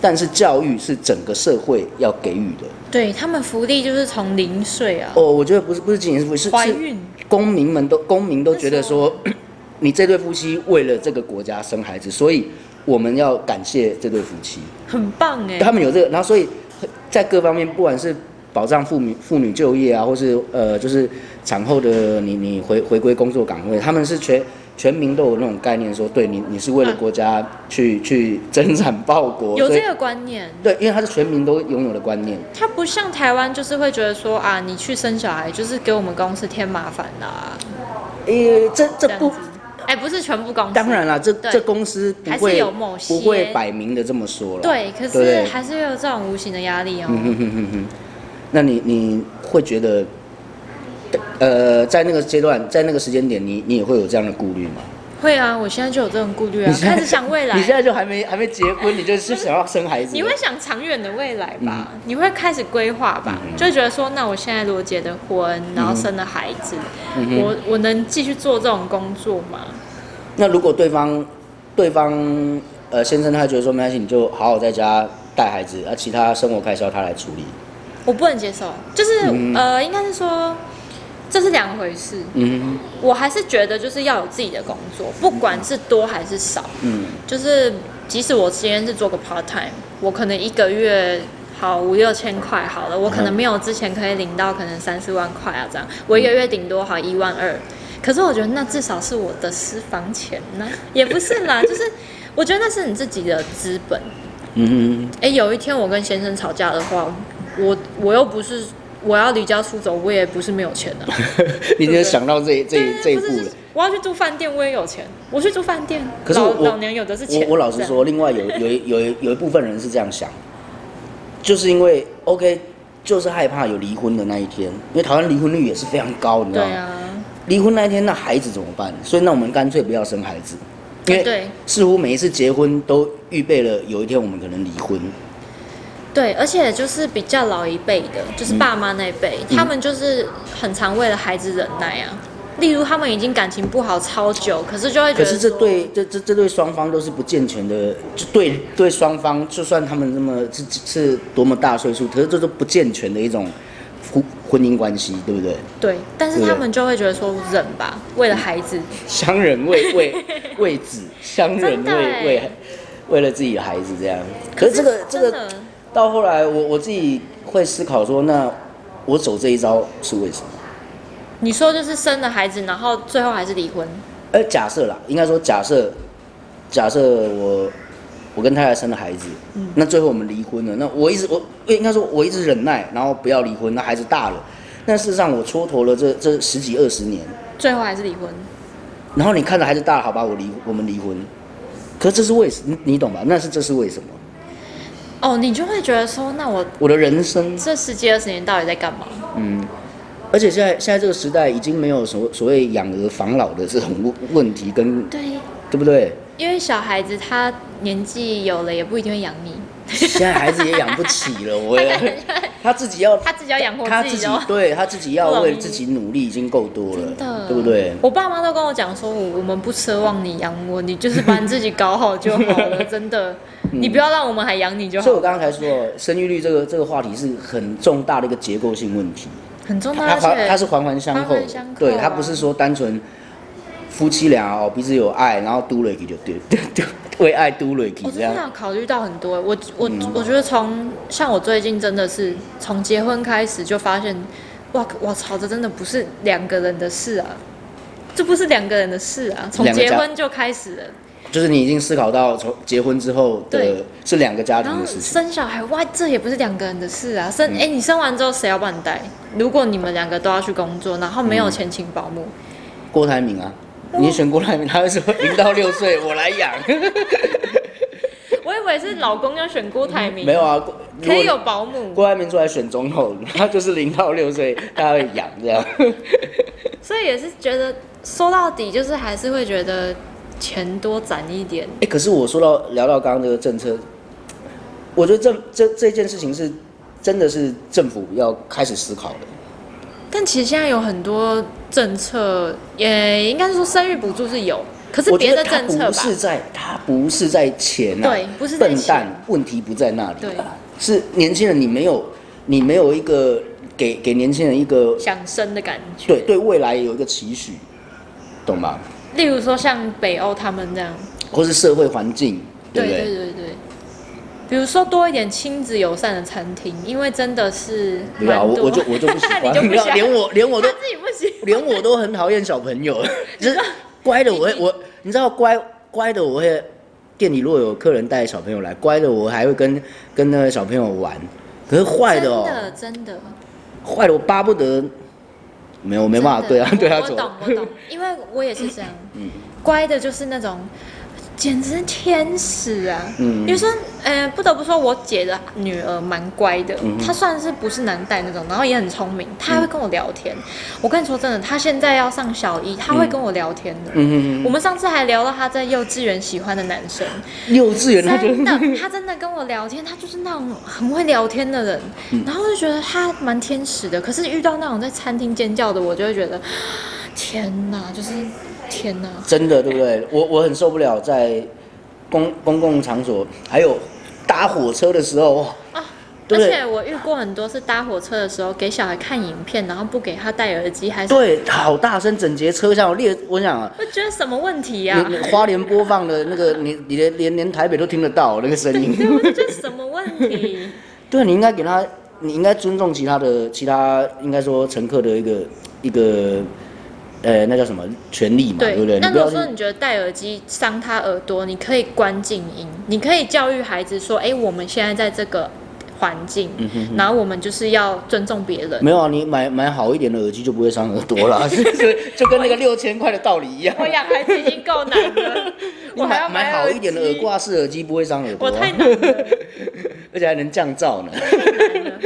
Speaker 2: 但是教育是整个社会要给予的。
Speaker 1: 对他们福利就是从零岁啊，
Speaker 2: 哦，我觉得不是不是仅仅是夫妻，是
Speaker 1: 怀
Speaker 2: 是
Speaker 1: 孕
Speaker 2: 公民们都公民都觉得说， 你这对夫妻为了这个国家生孩子，所以我们要感谢这对夫妻，
Speaker 1: 很棒哎、
Speaker 2: 他们有这个，然后所以在各方面，不管是保障妇女妇女就业啊，或是呃就是产后的你你回回归工作岗位，他们是全全民都有那种概念说，对你你是为了国家去、去增产报国，
Speaker 1: 有
Speaker 2: 所以
Speaker 1: 这个观念。
Speaker 2: 对，因为它是全民都拥有的观念。
Speaker 1: 他不像台湾，就是会觉得说啊，你去生小孩就是给我们公司添麻烦啦、
Speaker 2: 诶、这这
Speaker 1: 样
Speaker 2: 不
Speaker 1: 子。哎、不是全部公司，
Speaker 2: 当然啦，这
Speaker 1: 对
Speaker 2: 这公司不
Speaker 1: 还是
Speaker 2: 会
Speaker 1: 有某些
Speaker 2: 不会摆明的这么说了。
Speaker 1: 对，可
Speaker 2: 对不
Speaker 1: 是
Speaker 2: 对
Speaker 1: 还是有这种无形的压力哦。
Speaker 2: 嗯哼哼哼哼，那你你会觉得，呃，在那个阶段，在那个时间点，你你也会有这样的顾虑吗？
Speaker 1: 会啊，我现在就有这种顾虑啊
Speaker 2: 你，现在
Speaker 1: 开始想未来
Speaker 2: 你。现在就还没还没结婚，你就是想要生孩子？
Speaker 1: 你会想长远的未来吧？你会开始规划吧？
Speaker 2: 嗯
Speaker 1: 就会觉得说，那我现在如果结的婚，然后生了孩子，
Speaker 2: 嗯哼
Speaker 1: 我我能继续做这种工作吗？
Speaker 2: 那如果对方对方呃先生他觉得说没关系，你就好好在家带孩子，啊，其他生活开销他来处理。
Speaker 1: 我不能接受，就是、
Speaker 2: 嗯
Speaker 1: 呃，应该是说这是两回事。
Speaker 2: 嗯
Speaker 1: 我还是觉得就是要有自己的工作，不管是多还是少，
Speaker 2: 嗯
Speaker 1: 就是即使我今天是做个 part time，我可能一个月好五六千块好了，我可
Speaker 2: 嗯
Speaker 1: 能没有之前可以领到可能三四万块啊这样，我一个月顶多好一万二，可是我觉得那至少是我的私房钱呢、也不是啦，就是我觉得那是你自己的资本。
Speaker 2: 嗯
Speaker 1: 哎、有一天我跟先生吵架的话，我我又不是我要离家出走，我也不是没有钱的、
Speaker 2: 哼，你就想到这这
Speaker 1: 对
Speaker 2: 这一
Speaker 1: 不
Speaker 2: 步
Speaker 1: 是就
Speaker 2: 了
Speaker 1: 是。我要去住饭店，我也有钱；我去住饭店，
Speaker 2: 可是
Speaker 1: 老
Speaker 2: 我我
Speaker 1: 老娘有的是钱。
Speaker 2: 我我老实
Speaker 1: 这样，
Speaker 2: 说，另外有有一有一有一部分人是这样想，就是因为 OK，就是害怕有离婚的那一天，因为台湾离婚率也是非常高，你知
Speaker 1: 对
Speaker 2: 道吗？
Speaker 1: 啊，
Speaker 2: 离、婚那一天，那孩子怎么办？所以那我们干脆不要生孩子，因为
Speaker 1: 对
Speaker 2: 似乎每一次结婚都预备了有一天我们可能离婚。
Speaker 1: 对，而且就是比较老一辈的，
Speaker 2: 嗯
Speaker 1: 就是爸妈那一辈，他们就是很常为了孩子忍耐啊。例如他们已经感情不好超久，可是就会觉得
Speaker 2: 可是这
Speaker 1: 说
Speaker 2: 对这这这对双方都是不健全的，就对对双方，就算他们这么是是多么大岁数，可是这都不健全的一种婚婚姻关系，对不对？
Speaker 1: 对，但是
Speaker 2: 对
Speaker 1: 他们就会觉得说忍吧，为了孩子，
Speaker 2: 相 忍为为为子，相忍
Speaker 1: 真的
Speaker 2: 为
Speaker 1: 欸
Speaker 2: 为为了自己的孩子这样。可是这个这
Speaker 1: 真
Speaker 2: 个
Speaker 1: 的
Speaker 2: 到后来我，我自己会思考说，那我走这一招是为什么？
Speaker 1: 你说就是生了孩子，然后最后还是离婚，
Speaker 2: 呃，假设啦，应该说假设假设我我跟太太生了孩子，
Speaker 1: 嗯
Speaker 2: 那最后我们离婚了，那我一直我应该说我一直忍耐，然后不要离婚，那孩子大了，但事实上我蹉跎了这这十几二十年。
Speaker 1: 最后还是离婚。
Speaker 2: 然后你看着孩子大了，好吧，我离我们离婚，可是这是为什你你懂吧？那是这是为什么？
Speaker 1: 哦，你就会觉得说，那我
Speaker 2: 我的人生，
Speaker 1: 这十几二十年到底在干嘛？
Speaker 2: 而且现在现在这个时代已经没有所所谓养儿防老的这种问问题跟
Speaker 1: 对，
Speaker 2: 对不对？
Speaker 1: 因为小孩子他年纪有了，也不一定会养你，
Speaker 2: 现在孩子也养不起了，我也他自己要
Speaker 1: 他自己要养活
Speaker 2: 他
Speaker 1: 自
Speaker 2: 自
Speaker 1: 己
Speaker 2: 己
Speaker 1: 哦。
Speaker 2: 对他自己要
Speaker 1: 不容易
Speaker 2: 为自己努力已经够多
Speaker 1: 真
Speaker 2: 了，
Speaker 1: 的，
Speaker 2: 对不对？
Speaker 1: 我爸妈都跟我讲说，我我们不奢望你养我，你就是把你自己搞好就好 了，真的，
Speaker 2: 嗯
Speaker 1: 你不要让我们还养你就好
Speaker 2: 所以，我刚才说，生育率这个这个话题是很重大的一个结构性问题，
Speaker 1: 很重要。
Speaker 2: 它
Speaker 1: 而
Speaker 2: 环
Speaker 1: 且
Speaker 2: 它是环环相扣
Speaker 1: 环
Speaker 2: 的
Speaker 1: 环相扣，啊
Speaker 2: 对，它不是说单纯夫妻俩哦彼此有爱，然后嘟了一个就对对对，为爱嘟了一个
Speaker 1: 我
Speaker 2: 这
Speaker 1: 真
Speaker 2: 样嗯
Speaker 1: 的。要考虑到很多欸，我我、我觉得从像我最近真的是从结婚开始就发现，哇我操，这真的不是两个人的事啊，这不是两个人的事啊，从
Speaker 2: 两个家
Speaker 1: 结婚就开始了，
Speaker 2: 就是你已经思考到从结婚之后的
Speaker 1: 对
Speaker 2: 是两个家
Speaker 1: 然
Speaker 2: 庭
Speaker 1: 后
Speaker 2: 的事情，嗯
Speaker 1: 生小孩，哇，这也不是两个人的事啊，生哎、你生完之后谁要帮你带？如果你们两个都要去工作，然后没有钱请保姆，
Speaker 2: 郭台铭啊，你选郭台铭，他会说零到 六岁我来养，
Speaker 1: 我以为是老公要选郭台铭，
Speaker 2: 嗯没有啊，郭
Speaker 1: 可以
Speaker 2: 如
Speaker 1: 有
Speaker 2: 果
Speaker 1: 保姆，
Speaker 2: 郭台铭出来选总统，他就是零到六岁 他会养这样，
Speaker 1: 所以也是觉得说到底就是还是会觉得钱多攒一点。
Speaker 2: 哎、可是我说到聊到刚刚这个政策，我觉得这这这件事情是真的是政府要开始思考的。
Speaker 1: 但其实现在有很多政策，也应该是说生育补助是有，可是
Speaker 2: 我觉
Speaker 1: 别
Speaker 2: 得
Speaker 1: 的
Speaker 2: 他
Speaker 1: 政策
Speaker 2: 不
Speaker 1: 吧，
Speaker 2: 是在他不是在钱啊，
Speaker 1: 对不是在
Speaker 2: 笨
Speaker 1: 钱
Speaker 2: 蛋，问题不在那里、
Speaker 1: 对
Speaker 2: 啊，是年轻人你没有你没有一个给给年轻人一个
Speaker 1: 想生的感觉。
Speaker 2: 对对未来有一个期许，懂吗？
Speaker 1: 例如说像北欧他们这样，
Speaker 2: 或是社会环境，对
Speaker 1: 对
Speaker 2: 不对？
Speaker 1: 对对对。比如说多一点亲子友善的餐厅，因为真的是
Speaker 2: 对啊，
Speaker 1: 蛮
Speaker 2: 我
Speaker 1: 多
Speaker 2: 我就我就不喜
Speaker 1: 你
Speaker 2: 欢，
Speaker 1: 就 不喜
Speaker 2: 要
Speaker 1: 欢
Speaker 2: 连我连我 都
Speaker 1: 他自己不行。
Speaker 2: 连我都很讨厌小 朋友，就是乖的我会我你知道乖乖的我会，店里如果有客人带小朋友来，乖的我还会跟跟那个小朋友玩，可是坏的哦、
Speaker 1: 真的真的
Speaker 2: 坏了，我巴不得没有，我没办嗯法对啊，
Speaker 1: 真的
Speaker 2: 对啊，
Speaker 1: 我
Speaker 2: 走
Speaker 1: 我。懂我懂，因为我也是这样，乖的就是那种。简直是天使啊！
Speaker 2: 嗯
Speaker 1: 比如说，呃，不得不说，我姐的女儿蛮乖的，
Speaker 2: 嗯
Speaker 1: 她算是不是难带那种，然后也很聪明，她还会跟我聊天。我跟你说真的，她现在要上小一，她会跟我聊天的。
Speaker 2: 嗯，
Speaker 1: 我们上次还聊到她在幼稚园喜欢的男生，
Speaker 2: 幼稚园他就
Speaker 1: 真的，他真的跟我聊天，他就是那种很会聊天的人，
Speaker 2: 嗯
Speaker 1: 然后我就觉得他蛮天使的。可是遇到那种在餐厅尖叫的，我就会觉得天哪，就是天哪，
Speaker 2: 真的对不对？我我很受不了在公公共场所，还有搭火车的时候，哇
Speaker 1: 啊而
Speaker 2: 对不对
Speaker 1: 且我遇过很多是搭火车的时候给小孩看影片，然后不给他戴耳机，还是
Speaker 2: 对，好大声，整节车厢我列，我想啊。
Speaker 1: 我觉得什么问题呀、
Speaker 2: 你你花莲播放的那个，你你连连连台北都听得到那个声 音。
Speaker 1: 对，我就觉得什么问题？
Speaker 2: 对，你应该给他，你应该尊重其他的其他，应该说乘客的一个一个，呃，那叫什么权利嘛，对不对？
Speaker 1: 那
Speaker 2: 你
Speaker 1: 如
Speaker 2: 不要
Speaker 1: 果
Speaker 2: 去
Speaker 1: 说你觉得戴耳机伤他耳朵，你可以关静音，你可以教育孩子说：“哎、我们现在在这个环境，
Speaker 2: 嗯
Speaker 1: 然后我们就是要尊重别人。
Speaker 2: 没有啊，你买买好一点的耳机就不会伤耳 朵啦，就就 就跟那个六千块的道理一样”。
Speaker 1: 我养孩子已经够难 了，
Speaker 2: 你
Speaker 1: 我还
Speaker 2: 买
Speaker 1: 要
Speaker 2: 买好
Speaker 1: 耳
Speaker 2: 一点的耳
Speaker 1: 机，
Speaker 2: 挂式耳机不会伤耳朵、
Speaker 1: 我太
Speaker 2: 啊，
Speaker 1: 难了，
Speaker 2: 而且还能降噪呢。
Speaker 1: 太难了。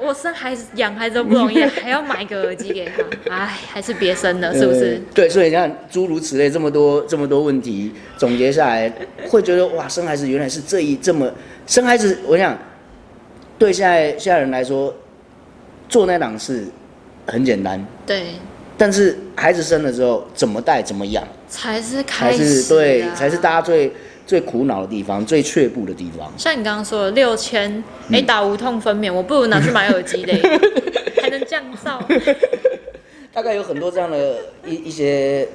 Speaker 1: 我生孩子、养孩子都不容易，还要买个耳机给他，哎，还是别生 了，是不是？
Speaker 2: 呃对，所以你看，诸如此类这么多这么多问题，总结下来，会觉得哇，生孩子原来是这一这么生孩子，我想对现在现在人来说，做那档事很简单，
Speaker 1: 对，
Speaker 2: 但是孩子生了之后怎么带怎么养，
Speaker 1: 才是
Speaker 2: 才
Speaker 1: 开始、啊，
Speaker 2: 是对，才是大家最最苦恼的地方，最却步的地方。
Speaker 1: 像你刚刚说的六千，
Speaker 2: 嗯
Speaker 1: 哎，打无痛分娩，我不如拿去买耳机 嘞，还能降噪。
Speaker 2: 大概有很多这样的一 一些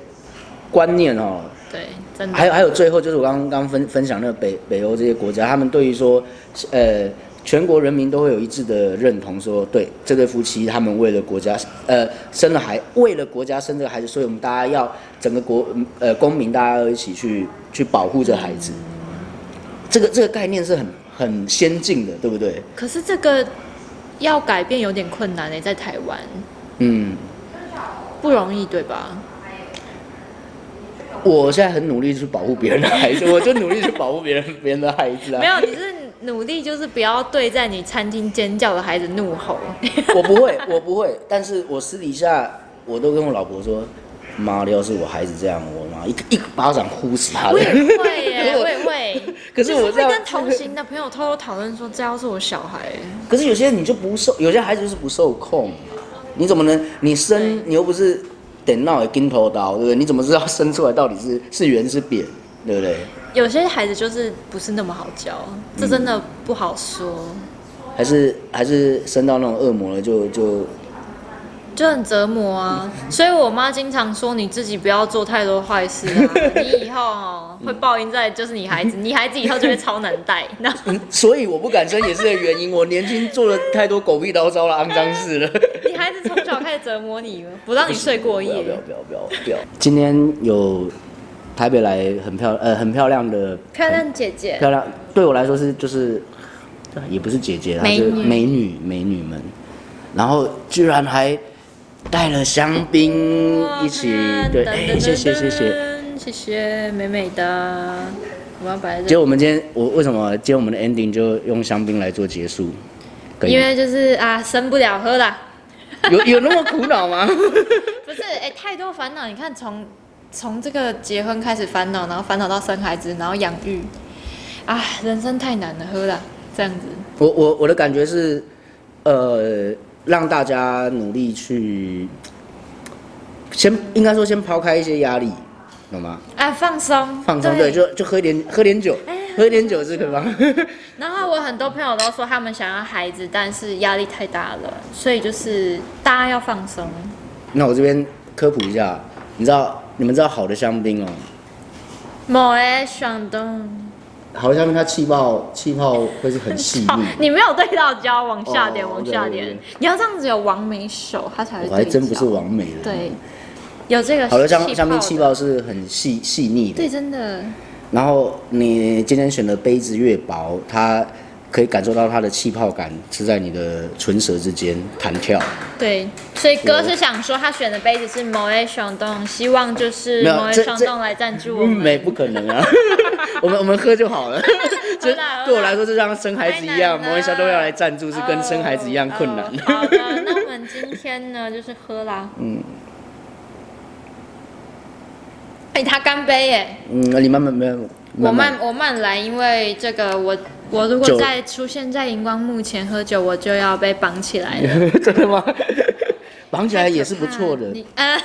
Speaker 2: 观念哦，
Speaker 1: 对，真
Speaker 2: 还
Speaker 1: 的。
Speaker 2: 有还有最后就是我刚刚分分享那个北北欧这些国家，他们对于说，呃，全国人民都会有一致的认同说，对这对夫妻他们为了国家，呃，生了孩，为了国家生这个孩子，所以我们大家要整个国呃公民大家要一起去去保护这孩子，这个这个概念是很很先进的，对不对？
Speaker 1: 可是这个要改变有点困难嘞，欸在台湾
Speaker 2: 嗯，
Speaker 1: 不容易，对吧？
Speaker 2: 我现在很努力去保护别人的孩子，我就努力去保护别人别人的孩子 啊。
Speaker 1: 没有，你是努力，就是不要对在你餐厅尖叫的孩子怒吼。
Speaker 2: 我不会，我不会，但是我私底下我都跟我老婆说，妈的，要是我孩子这样，我妈一个一个巴掌呼死他
Speaker 1: 我
Speaker 2: 的
Speaker 1: 也。 会 耶，我也会。
Speaker 2: 可是
Speaker 1: 就
Speaker 2: 我
Speaker 1: 会
Speaker 2: 这样，
Speaker 1: 跟同行的朋友偷偷讨论说，这要是我小孩，
Speaker 2: 可是有些你就不受，有些孩子就是不受控，你怎么能你生
Speaker 1: 对
Speaker 2: 你又不是等闹也跟头刀，对不对？你怎么知道生出来到底是是圆是扁，对不对？
Speaker 1: 有些孩子就是不是那么好教，这真的不好说，
Speaker 2: 还是还是生到那种恶魔了就就
Speaker 1: 就很折磨啊。所以我妈经常说，你自己不要做太多坏事 啊，你以后哦会报应在就是你孩子，你孩子以后就会超难带。然 后
Speaker 2: 嗯所以我不敢生也是个原因，我年轻做了太多狗屁叨糟了、肮脏事了。
Speaker 1: 你孩子从小开始折磨你，不让你睡过夜。
Speaker 2: 不要不要不要不要！今天有台北来很漂呃很漂亮的
Speaker 1: 漂亮姐姐，
Speaker 2: 漂亮，对我来说是就是也不是姐姐啦，
Speaker 1: 美
Speaker 2: 就
Speaker 1: 女
Speaker 2: 是美女美女们，然后居然还带了香槟一起对，哎谢谢谢谢。
Speaker 1: 谢谢美美的，我要摆在
Speaker 2: 结
Speaker 1: 这
Speaker 2: 果
Speaker 1: 里。
Speaker 2: 我们今天我为什么今天我们的 ending 就用香槟来做结束？可以
Speaker 1: 因
Speaker 2: 吗
Speaker 1: 为就是啊，生不了喝啦。
Speaker 2: 有有那么苦恼吗？
Speaker 1: 欸不是，哎、太多烦恼。你看，从从这个结婚开始烦恼，然后烦恼到生孩子，然后养育，啊，人生太难了，喝了这样子。
Speaker 2: 我我我的感觉是，呃，让大家努力去，先应该说先抛开一些压力，懂吗？
Speaker 1: 啊，放松，
Speaker 2: 放松，对，就就喝点喝点酒，
Speaker 1: 哎
Speaker 2: 喝点酒是可以吗？
Speaker 1: 然后我很多朋友都说他们想要孩子，但是压力太大了，所以就是大家要放松。
Speaker 2: 那我这边科普一下，你知道你们知道好的香槟哦，
Speaker 1: 某哎，爽东，
Speaker 2: 好的香槟它气泡气泡会是很细
Speaker 1: 好
Speaker 2: 腻，，
Speaker 1: 哦你没有对到焦，往下点，
Speaker 2: 嗯哦
Speaker 1: 往下
Speaker 2: 对对
Speaker 1: 点
Speaker 2: 对，哦
Speaker 1: 你要这样子有完美手，它才会。
Speaker 2: 我还真不是。完美的。
Speaker 1: 对，有这个
Speaker 2: 好的
Speaker 1: 气
Speaker 2: 香
Speaker 1: 泡
Speaker 2: 香槟
Speaker 1: 的
Speaker 2: 气泡是很细细腻的，
Speaker 1: 对，真的
Speaker 2: 然后你今天选的杯子越薄，它可以感受到它的气泡感是在你的唇舌之间弹跳。
Speaker 1: 对，所以哥
Speaker 2: 有
Speaker 1: 是想说他选的杯子是某 A 爽动，希望就是
Speaker 2: 没有
Speaker 1: 某 A
Speaker 2: 这
Speaker 1: 爽
Speaker 2: 这
Speaker 1: 动来赞助我
Speaker 2: 嗯，
Speaker 1: 们。
Speaker 2: 没不可能啊， 我们我们喝就好 了。这
Speaker 1: 好啦
Speaker 2: 对我来说，就像生孩子一样，
Speaker 1: 啊太难了
Speaker 2: 摩一下都要来赞助，是跟生孩子一样困难。
Speaker 1: 哦哦好的，那我们今天呢，就是喝啦。嗯。哎、他干杯耶！
Speaker 2: 嗯，你慢慢慢慢，
Speaker 1: 我慢我慢来，因为这个我我如果
Speaker 2: 酒
Speaker 1: 再出现在荧光幕前喝酒，我就要被绑起来了。
Speaker 2: 真的吗？绑起来也是不错的，
Speaker 1: 你 啊，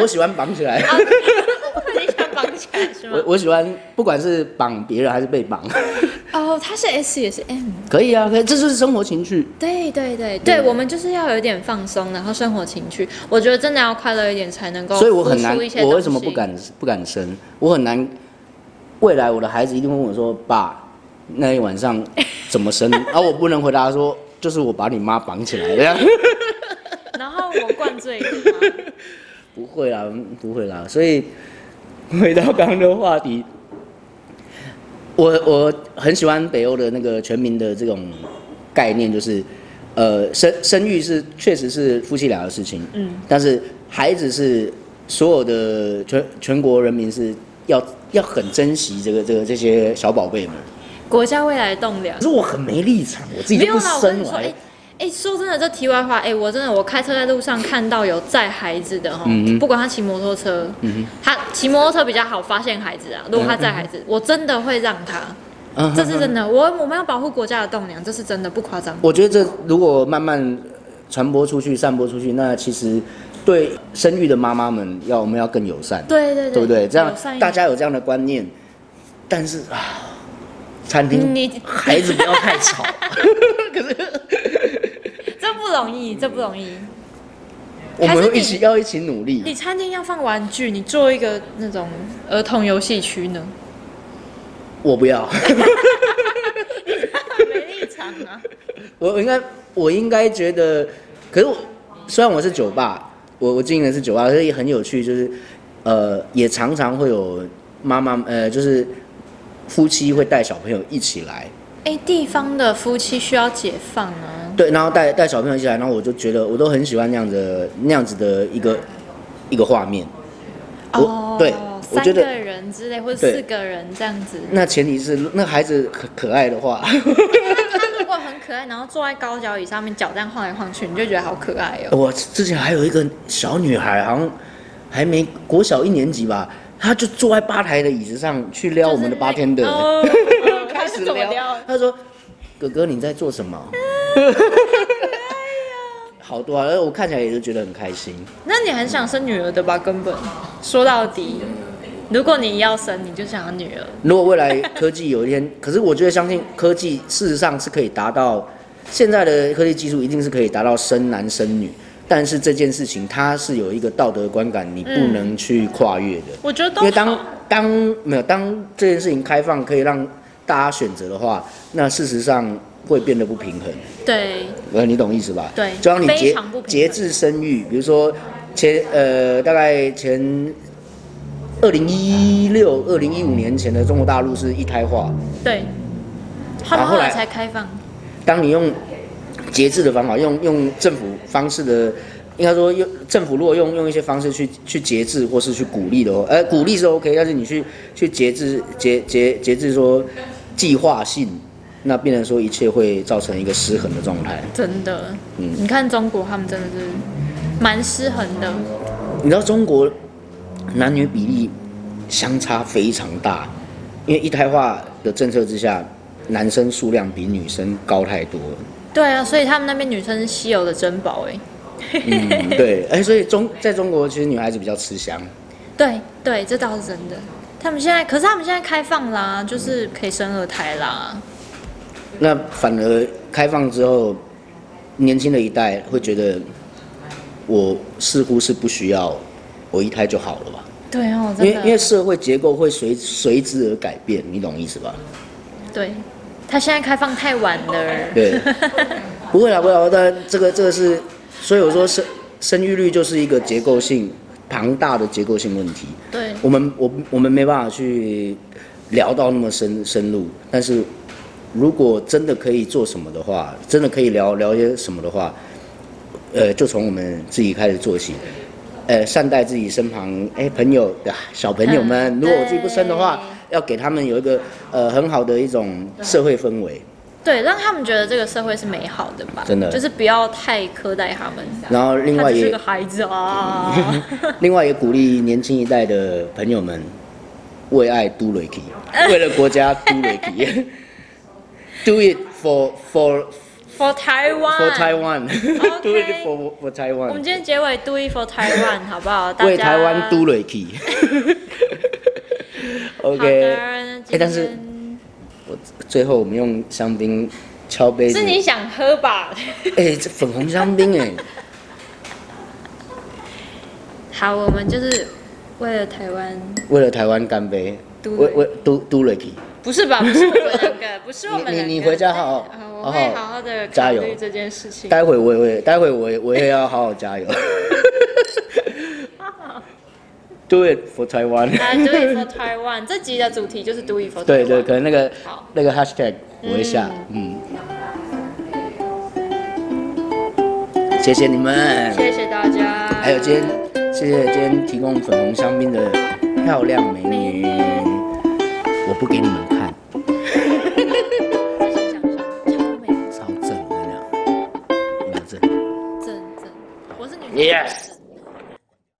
Speaker 2: 我喜欢绑起来。
Speaker 1: 你想绑起来是吗
Speaker 2: 我？我喜欢，不管是绑别人还是被绑，
Speaker 1: 哦，他是 S 也是 M，
Speaker 2: 可以啊，可以，这就是生活情趣。
Speaker 1: 对对对对，我们就是要有一点放松，然后生活情趣，我觉得真的要快乐一点才能够。
Speaker 2: 所以我很难，我为
Speaker 1: 什
Speaker 2: 什么不？敢不敢生？我很难，未来我的孩子一定会问我说：“爸，那一晚上怎么生？”而、我不能回答说：“就是我把你妈绑起来的。
Speaker 1: 然后我灌醉你吗？”
Speaker 2: 不会啦，不会啦。所以回到刚刚的话题，我我很喜欢北欧的那个全民的这种概念，就是呃，生生育是确实是夫妻俩的事情，
Speaker 1: 嗯，
Speaker 2: 但是孩子是所有的全全国人民是要要很珍惜这个这个这些小宝贝们。
Speaker 1: 国家未来的栋梁
Speaker 2: 可。是我很没立场，我自己
Speaker 1: 没
Speaker 2: 就
Speaker 1: 有
Speaker 2: 不
Speaker 1: 啦，我跟
Speaker 2: 生
Speaker 1: 你说，
Speaker 2: 了
Speaker 1: 哎、。哎、说真的，这题外话，哎、我真的我开车在路上看到有载孩子的哈、
Speaker 2: 嗯
Speaker 1: 不管他骑摩托车，他骑摩托车比较好发现孩子啊。如果他载孩子，我真的会让他，
Speaker 2: 嗯
Speaker 1: 这是真的。我我们要保护国家的栋梁，这是真的，不夸张。
Speaker 2: 我觉得这如果慢慢传播出去、散播出去，那其实对生育的妈妈们要我们要更友善，
Speaker 1: 对对对，
Speaker 2: 不对？这样
Speaker 1: 友善一点
Speaker 2: 大家有这样的观念，但是啊，餐厅
Speaker 1: 你
Speaker 2: 孩子不要太吵。
Speaker 1: 这不容易，这不容易。
Speaker 2: 我
Speaker 1: 还
Speaker 2: 们
Speaker 1: 是你
Speaker 2: 一起要一起努力
Speaker 1: 你，餐厅要放玩具，你做一个那种儿童游戏区呢？
Speaker 2: 我不要，
Speaker 1: 没立场啊！
Speaker 2: 我我应该我应该觉得，可是我虽然我是酒吧，我我经营的是酒吧，所以很有趣，就是呃，也常常会有妈妈呃，就是夫妻会带小朋友一起来，
Speaker 1: 哎、地方的夫妻需要解放啊。
Speaker 2: 对，然后带带小朋友一起来，然后我就觉得我都很喜欢那样的那样子的一个一个画面。我
Speaker 1: 哦，
Speaker 2: 对我
Speaker 1: 三
Speaker 2: 觉
Speaker 1: 个
Speaker 2: 得
Speaker 1: 人之类，或者
Speaker 2: 对
Speaker 1: 四个人这样子。
Speaker 2: 那前提是那孩子可可爱的 话，
Speaker 1: 他如果很可爱，然后坐在高脚椅上面，脚这样晃来晃去，你就觉得好可爱哦。
Speaker 2: 我之前还有一个小女孩，好像还没国小一年级吧，她就坐在吧台的椅子上去撩我们的八天的，
Speaker 1: 哦，哦
Speaker 2: 开
Speaker 1: 他
Speaker 2: 始
Speaker 1: 是怎么
Speaker 2: 撩
Speaker 1: 撩，
Speaker 2: 她说：“哥哥你在做什么？” 好多啊，而我看起来也是觉得很开心。
Speaker 1: 那你很想生女儿的吧？根本说到底，如果你要生，你就想要女儿。
Speaker 2: 如果未来科技有一天，可是我觉得相信科技事实上是可以达到现在的科技技术，一定是可以达到生男生女。但是这件事情它是有一个道德观感，你不能去跨越的，
Speaker 1: 我觉得都
Speaker 2: 因为
Speaker 1: 好
Speaker 2: 当当没有当这件事情开放，可以让大家选择的话，那事实上会变得不平衡。
Speaker 1: 对，
Speaker 2: 呃，你懂意思吧？
Speaker 1: 对
Speaker 2: 就让你
Speaker 1: 非
Speaker 2: 节
Speaker 1: 常不平衡
Speaker 2: 节制生育，比如说前呃大概前二零一六、二零一五年前的中国大陆是一胎化，
Speaker 1: 对，他们
Speaker 2: 然后
Speaker 1: 后来
Speaker 2: 来
Speaker 1: 才开放。
Speaker 2: 当你用节制的方法，用用政府方式的，应该说用政府如果用用一些方式去去节制或是去鼓励的哦，呃，鼓励是 OK，但是你去去节制节节节制说计划性，那变成说一切会造成一个失衡的状态。
Speaker 1: 真的，
Speaker 2: 嗯
Speaker 1: 你看中国他们真的是蛮失衡的，
Speaker 2: 你知道中国男女比例相差非常大，因为一胎化的政策之下，男生数量比女生高太多了。
Speaker 1: 对啊，所以他们那边女生是稀有的珍宝哎、
Speaker 2: 嗯，对，哎、所以中在中国其实女孩子比较吃香。
Speaker 1: 对对，这倒是真的。他们现在，可是他们现在开放啦，就是可以生二胎啦。
Speaker 2: 那反而开放之后，年轻的一代会觉得，我似乎是不需要我一胎就好了吧？
Speaker 1: 对哦，
Speaker 2: 因
Speaker 1: 真
Speaker 2: 为因为
Speaker 1: 的。
Speaker 2: 社会结构会随随之而改变，你懂意思吧？
Speaker 1: 对，他现在开放太晚了。
Speaker 2: 对，不会啦，不会啦，但这个这个是，所以我说生生育率就是一个结构性庞大的结构性问题。
Speaker 1: 对
Speaker 2: 我们我我们没办法去聊到那么深深入，但是如果真的可以做什么的话，真的可以聊聊些什么的话，呃，就从我们自己开始做起。呃，善待自己身旁哎、朋友的小朋友们，
Speaker 1: 嗯
Speaker 2: 如果我自己不生的话
Speaker 1: 对，
Speaker 2: 要给他们有一个呃很好的一种社会氛围。
Speaker 1: 对，让他们觉得这个社会是美好的吧。
Speaker 2: 真的
Speaker 1: 就是不要太苛待他们。
Speaker 2: 然后另
Speaker 1: 他
Speaker 2: 外
Speaker 1: 只是
Speaker 2: 也
Speaker 1: 个孩子 啊。
Speaker 2: 另外也鼓励年轻一代的朋友们为爱 do 瑞 k 为了国家 do 瑞 k do it for for
Speaker 1: For Taiwan。
Speaker 2: for Taiwan do
Speaker 1: Okay
Speaker 2: it for for
Speaker 1: 我们
Speaker 2: Taiwan
Speaker 1: 今天结尾 Do it for Taiwan 好不好？大家
Speaker 2: 为台湾 do 瑞 k
Speaker 1: 好的
Speaker 2: OK，
Speaker 1: 那今
Speaker 2: 哎但是
Speaker 1: 天
Speaker 2: 最后我们用香槟敲杯子
Speaker 1: 是，你想喝 吧？
Speaker 2: 哎，这粉红香 槟哎，
Speaker 1: 好，我们就是为了台湾，
Speaker 2: 为了台湾干杯，
Speaker 1: Do
Speaker 2: 为为 do do 瑞 k
Speaker 1: 不是 吧？不是我们两个，不是我们两
Speaker 2: 你
Speaker 1: 个。
Speaker 2: 你你回家好好
Speaker 1: 啊我会好好的考
Speaker 2: 加油
Speaker 1: 虑这件事情。
Speaker 2: 待会我也会，待会我也我也要好好加油。Do it for Taiwan。
Speaker 1: 来 Do it for Taiwan，这集的主题就是 Do it for Taiwan。
Speaker 2: 对对，可能那个
Speaker 1: 好
Speaker 2: 那个 hashtag 我会下，嗯。嗯谢谢你们，
Speaker 1: 谢谢大家。
Speaker 2: 还有今天，谢谢今天提供粉红香槟的漂亮美女，我不给你们看，
Speaker 1: 这些想说，想说美国
Speaker 2: 超正，我跟你讲，有没有正？
Speaker 1: 正正，我是女生。
Speaker 2: Yes